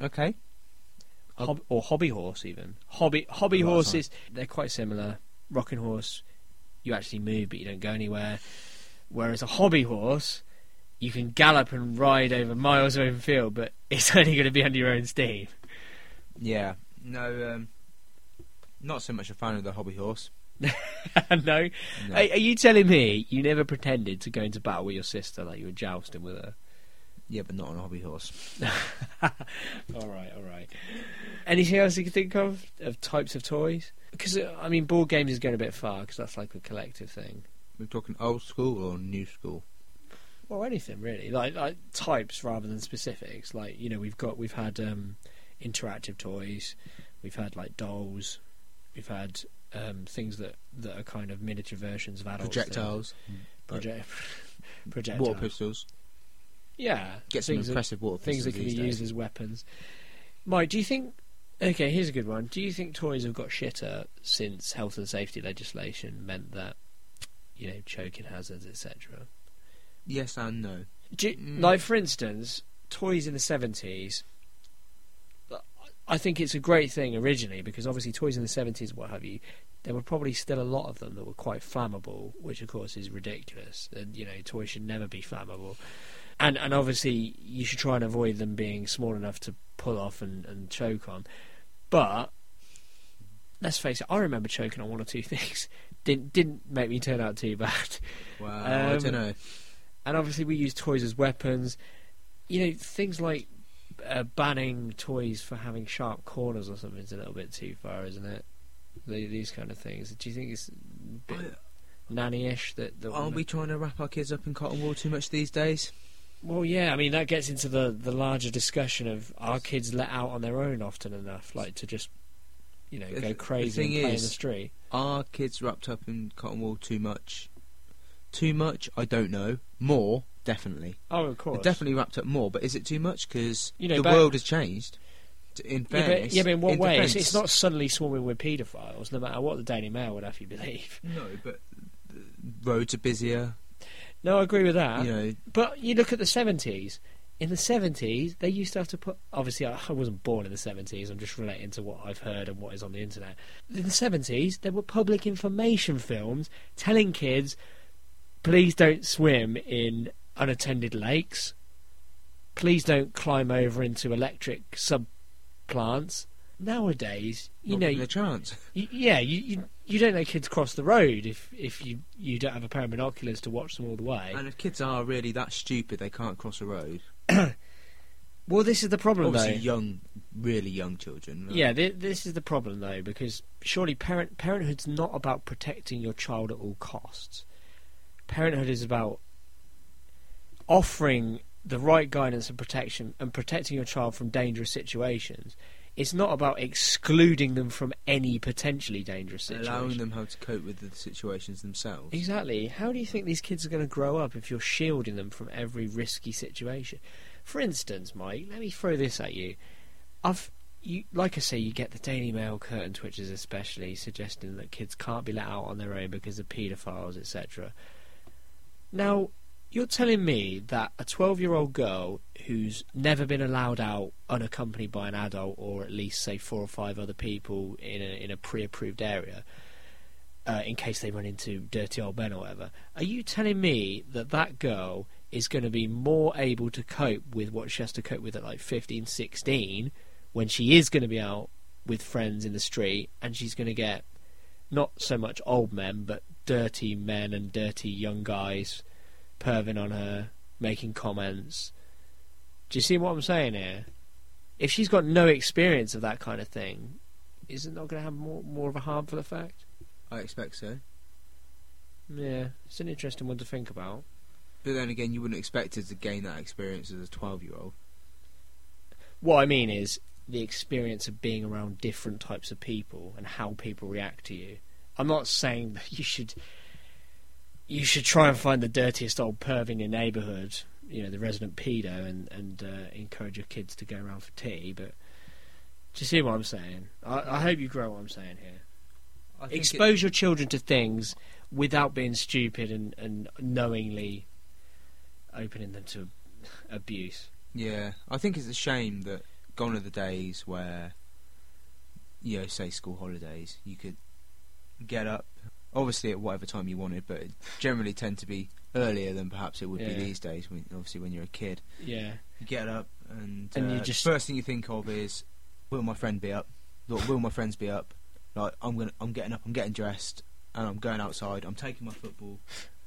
[SPEAKER 2] Okay.
[SPEAKER 1] Hob- or hobby horse even hobby hobby
[SPEAKER 2] Right,
[SPEAKER 1] horses they're quite similar rocking horse you actually move but you don't go anywhere whereas a hobby horse you can gallop and ride over miles of open field but *laughs* it's only going to be under your own steam *laughs*
[SPEAKER 2] Yeah. No. Um, not so much a fan of the hobby horse.
[SPEAKER 1] no
[SPEAKER 2] No.
[SPEAKER 1] Are, are you telling me you never pretended to go into battle with your sister like you were jousting with her
[SPEAKER 2] Yeah, but not on a hobby horse.
[SPEAKER 1] all right, all right. Anything else you can think of of types of toys? Because uh, I mean, board games is going a bit far because that's like a collective thing.
[SPEAKER 2] We're talking old school or new school.
[SPEAKER 1] Or anything really, like like types rather than specifics. Like you know, we've got we've had um, interactive toys, we've had like dolls, we've had um, things that that are kind of miniature versions of adults.
[SPEAKER 2] Projectiles,
[SPEAKER 1] project, *laughs* projectiles,
[SPEAKER 2] water pistols.
[SPEAKER 1] yeah,
[SPEAKER 2] Get some
[SPEAKER 1] things that-
[SPEAKER 2] impressive water
[SPEAKER 1] things
[SPEAKER 2] pistols
[SPEAKER 1] that can be
[SPEAKER 2] these
[SPEAKER 1] used
[SPEAKER 2] days.
[SPEAKER 1] as weapons. Mike, do you think? Okay, here's a good one. Do you think toys have got shitter since health and safety legislation meant that, you know, choking hazards, etc.
[SPEAKER 2] Yes and no.
[SPEAKER 1] Do you-
[SPEAKER 2] Mm.
[SPEAKER 1] Like for instance, toys in the seventies. I think it's a great thing originally because obviously toys in the seventies, what have you, there were probably still a lot of them that were quite flammable, which of course is ridiculous. And you know, toys should never be flammable. And and obviously you should try and avoid them being small enough to pull off and, and choke on. But let's face it, I remember choking on one or two *laughs* things. Didn't didn't make me turn out too bad.
[SPEAKER 2] Well, I
[SPEAKER 1] Um,
[SPEAKER 2] don't know.
[SPEAKER 1] and obviously we use toys as weapons. You know, things like uh, banning toys for having sharp corners or something's a little bit too far, isn't it? The- These kind of things. Do you think it's a bit nanny-ish that? that
[SPEAKER 2] Aren't we trying to wrap our kids up in cotton wool too much these days?
[SPEAKER 1] Well, yeah. I mean, that gets into the the larger discussion of are kids let out on their own often enough, like to just you know
[SPEAKER 2] The
[SPEAKER 1] go
[SPEAKER 2] th- the
[SPEAKER 1] crazy
[SPEAKER 2] thing
[SPEAKER 1] and play in the
[SPEAKER 2] is-
[SPEAKER 1] street.
[SPEAKER 2] Are kids wrapped up in cotton wool too much? Too much? I don't know. More? Definitely.
[SPEAKER 1] Oh, of course.
[SPEAKER 2] They're definitely wrapped up more, but is it too much? Because
[SPEAKER 1] You know,
[SPEAKER 2] the
[SPEAKER 1] back-
[SPEAKER 2] world has changed. T- In
[SPEAKER 1] Yeah but,
[SPEAKER 2] fairness,
[SPEAKER 1] yeah, but in what way? It's,
[SPEAKER 2] defence-
[SPEAKER 1] it's not suddenly swarming with paedophiles, no matter what the Daily Mail would have you believe. *laughs*
[SPEAKER 2] No, but the roads are busier.
[SPEAKER 1] No, I agree with that.
[SPEAKER 2] you know,
[SPEAKER 1] But Uh, you look at the seventies. In the seventies, they used to have to put. Obviously, I I wasn't born in the seventies. I'm just relating to what I've heard and what is on the internet. In the seventies, there were public information films telling kids, "Please don't swim in unattended lakes. Please don't climb over into electric sub plants." Nowadays, you
[SPEAKER 2] not
[SPEAKER 1] know,
[SPEAKER 2] given a chance.
[SPEAKER 1] Y- yeah, you, you you don't let kids cross the road if if you you don't have a pair of binoculars to watch them all the way.
[SPEAKER 2] And if kids are really that stupid, they can't cross a road.
[SPEAKER 1] well, this is the problem,
[SPEAKER 2] Obviously,
[SPEAKER 1] though.
[SPEAKER 2] young, really young children.
[SPEAKER 1] Yeah, th- this is the problem though, because surely parent parenthood's not about protecting your child at all costs. Parenthood is about offering the right guidance and protection and protecting your child from dangerous situations, it's not about excluding them from any potentially dangerous situation.
[SPEAKER 2] allowing them how to cope with the situations themselves.
[SPEAKER 1] Exactly. How do you think these kids are going to grow up if you're shielding them from every risky situation? For instance, Mike, let me throw this at you. I've, you, like I say, you get the Daily Mail curtain twitchers, especially suggesting that kids can't be let out on their own because of paedophiles, etc. Now, you're telling me that a 12-year-old girl who's never been allowed out unaccompanied by an adult, or at least say four or five other people in a in a pre-approved area, uh, in case they run into dirty old men or whatever. Are you telling me that that girl is going to be more able to cope with what she has to cope with at like 15, 16 when she is going to be out with friends in the street and she's going to get not so much old men but dirty men and dirty young guys perving on her, making comments? Do you see what I'm saying here? If she's got no experience of that kind of thing, is it not going to have more, more of a harmful effect?
[SPEAKER 2] I expect so.
[SPEAKER 1] Yeah, it's an interesting one to think about.
[SPEAKER 2] But then again, you wouldn't expect her to gain that experience as a 12 year old.
[SPEAKER 1] What I mean is the experience of being around different types of people and how people react to you. I'm not saying that you should you should try and find the dirtiest old perv in your neighbourhood, you know, the resident pedo, and and uh, encourage your kids to go around for tea. But do you see what I'm saying? I, I hope you grow what I'm saying here. expose your children to things without being stupid and, and knowingly opening them to abuse.
[SPEAKER 2] Yeah, I think it's a shame that gone are the days where, you know, say school holidays, you could get up, obviously at whatever time you wanted, but it generally tend to be earlier than perhaps it would
[SPEAKER 1] Yeah.
[SPEAKER 2] be these days. When, obviously, when you're a kid,
[SPEAKER 1] Yeah.
[SPEAKER 2] you get up and,
[SPEAKER 1] And you
[SPEAKER 2] uh,
[SPEAKER 1] just-
[SPEAKER 2] first thing you think of is, will my friend be up? Look, will my friends be up? Like I'm gonna, I'm getting up, I'm getting dressed, and I'm going outside. I'm taking my football,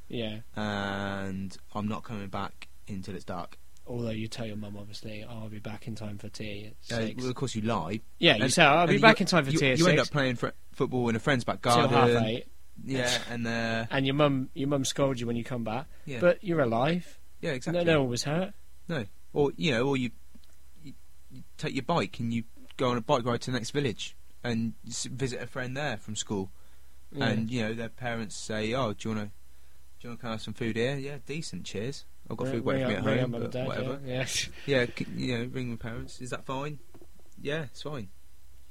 [SPEAKER 1] Yeah.
[SPEAKER 2] and I'm not coming back until it's dark.
[SPEAKER 1] Although you tell your mum, obviously, oh, I'll be back in time for tea at
[SPEAKER 2] Uh,
[SPEAKER 1] six.
[SPEAKER 2] well, of course, you lie.
[SPEAKER 1] yeah, you
[SPEAKER 2] and-
[SPEAKER 1] say, I'll
[SPEAKER 2] and
[SPEAKER 1] be
[SPEAKER 2] you-
[SPEAKER 1] back in time for
[SPEAKER 2] you,
[SPEAKER 1] tea at
[SPEAKER 2] you end
[SPEAKER 1] six
[SPEAKER 2] up playing fr- football in a friend's back
[SPEAKER 1] till
[SPEAKER 2] garden.
[SPEAKER 1] half eight.
[SPEAKER 2] Yeah, and uh,
[SPEAKER 1] And your mum, your mum scolds you when you come back,
[SPEAKER 2] yeah,
[SPEAKER 1] but you're alive.
[SPEAKER 2] yeah, exactly.
[SPEAKER 1] No, no one was hurt.
[SPEAKER 2] Or you know, or you, you you take your bike and you go on a bike ride to the next village and s- visit a friend there from school,
[SPEAKER 1] Yeah.
[SPEAKER 2] and you know their parents say, "Oh, do you want to?" Do you want to have some food here? Yeah, decent. Cheers. I've got
[SPEAKER 1] Ring-
[SPEAKER 2] food waiting for me
[SPEAKER 1] ring
[SPEAKER 2] at
[SPEAKER 1] up- ring up
[SPEAKER 2] home.
[SPEAKER 1] mum and
[SPEAKER 2] But
[SPEAKER 1] dad,
[SPEAKER 2] whatever.
[SPEAKER 1] Yeah.
[SPEAKER 2] Yeah, c- you know, ring my parents. Is that fine? Yeah, it's fine.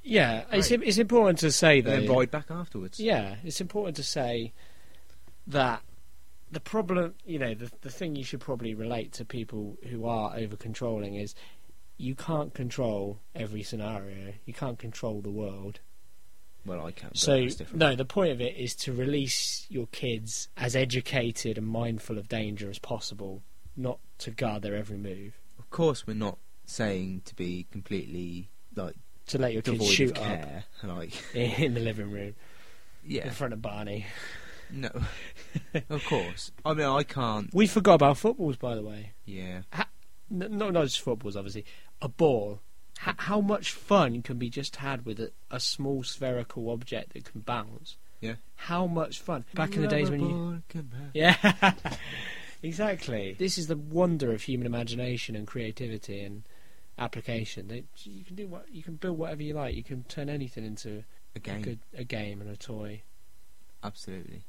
[SPEAKER 1] yeah. yeah it's
[SPEAKER 2] Right.
[SPEAKER 1] it's important to say
[SPEAKER 2] And
[SPEAKER 1] though.
[SPEAKER 2] then ride back afterwards.
[SPEAKER 1] Yeah, it's important to say that the problem, you know, the the thing you should probably relate to people who are over controlling is you can't control every scenario. You can't control the world.
[SPEAKER 2] Well, I can't. but
[SPEAKER 1] So
[SPEAKER 2] that's different.
[SPEAKER 1] no, the point of it is to release your kids as educated and mindful of danger as possible, not to guard their every move.
[SPEAKER 2] Of course, we're not saying to be completely like
[SPEAKER 1] To let your kids
[SPEAKER 2] devoid of
[SPEAKER 1] shoot up
[SPEAKER 2] care. Like,
[SPEAKER 1] *laughs* in the living room in
[SPEAKER 2] yeah,
[SPEAKER 1] front of Barney. *laughs*
[SPEAKER 2] no, of course. I mean, I can't.
[SPEAKER 1] We forgot about footballs, by the way.
[SPEAKER 2] Yeah,
[SPEAKER 1] N- no, not just footballs, obviously. A ball. H- how much fun can be just had with a, a small spherical object that can bounce?
[SPEAKER 2] Yeah.
[SPEAKER 1] How much fun? Back in the days when you. *laughs* Yeah. exactly. This is the wonder of human imagination and creativity and application. That you can do what you can build whatever you like. You can turn anything into
[SPEAKER 2] a
[SPEAKER 1] a
[SPEAKER 2] game,
[SPEAKER 1] good a game and a toy.
[SPEAKER 2] absolutely.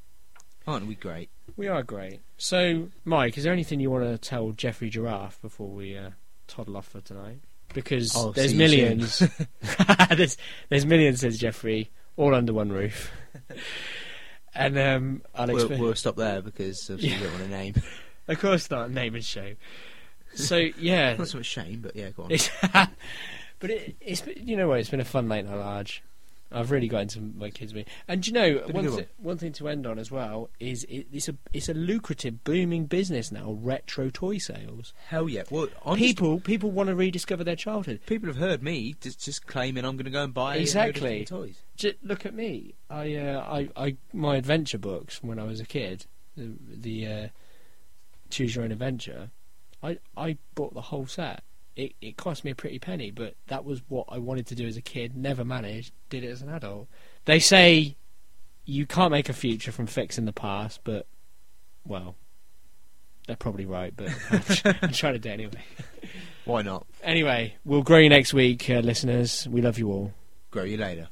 [SPEAKER 2] Aren't we great?
[SPEAKER 1] We are great. So, Mike, is there anything you want to tell Jeffrey Giraffe before we uh, toddle off for tonight? Because
[SPEAKER 2] I'll
[SPEAKER 1] there's
[SPEAKER 2] see you soon. *laughs*
[SPEAKER 1] millions. *laughs* there's, there's millions, says Jeffrey, all under one roof. *laughs* and um, I'll
[SPEAKER 2] We'll,
[SPEAKER 1] explain.
[SPEAKER 2] we'll stop there because obviously we don't want
[SPEAKER 1] *laughs*
[SPEAKER 2] to name.
[SPEAKER 1] Of course not, name and show. So, yeah.
[SPEAKER 2] *laughs* Not so much shame, but yeah, go on.
[SPEAKER 1] It's- *laughs* but it, it's been- you know what? It's been a fun late night large. I've really got into my kids' me. And do you know
[SPEAKER 2] a
[SPEAKER 1] one,
[SPEAKER 2] good
[SPEAKER 1] thi- one thing to end on as well is it, it's a it's a lucrative booming business now. Retro toy sales.
[SPEAKER 2] Hell yeah. Well, I'm just-
[SPEAKER 1] people people want to rediscover their childhood.
[SPEAKER 2] people have heard me just, just claiming I'm going to go and buy a load of
[SPEAKER 1] Exactly.
[SPEAKER 2] different toys.
[SPEAKER 1] J look at me. I uh, I I my adventure books from when I was a kid. The, the uh, choose your own adventure. I I bought the whole set. It it cost me a pretty penny, but that was what I wanted to do as a kid. Never managed. Did it as an adult. They say you can't make a future from fixing the past, but well, They're probably right, but *laughs* I'm trying to do it anyway.
[SPEAKER 2] Why not?
[SPEAKER 1] Anyway, we'll grow you next week, uh, listeners. We love you all.
[SPEAKER 2] Grow you later.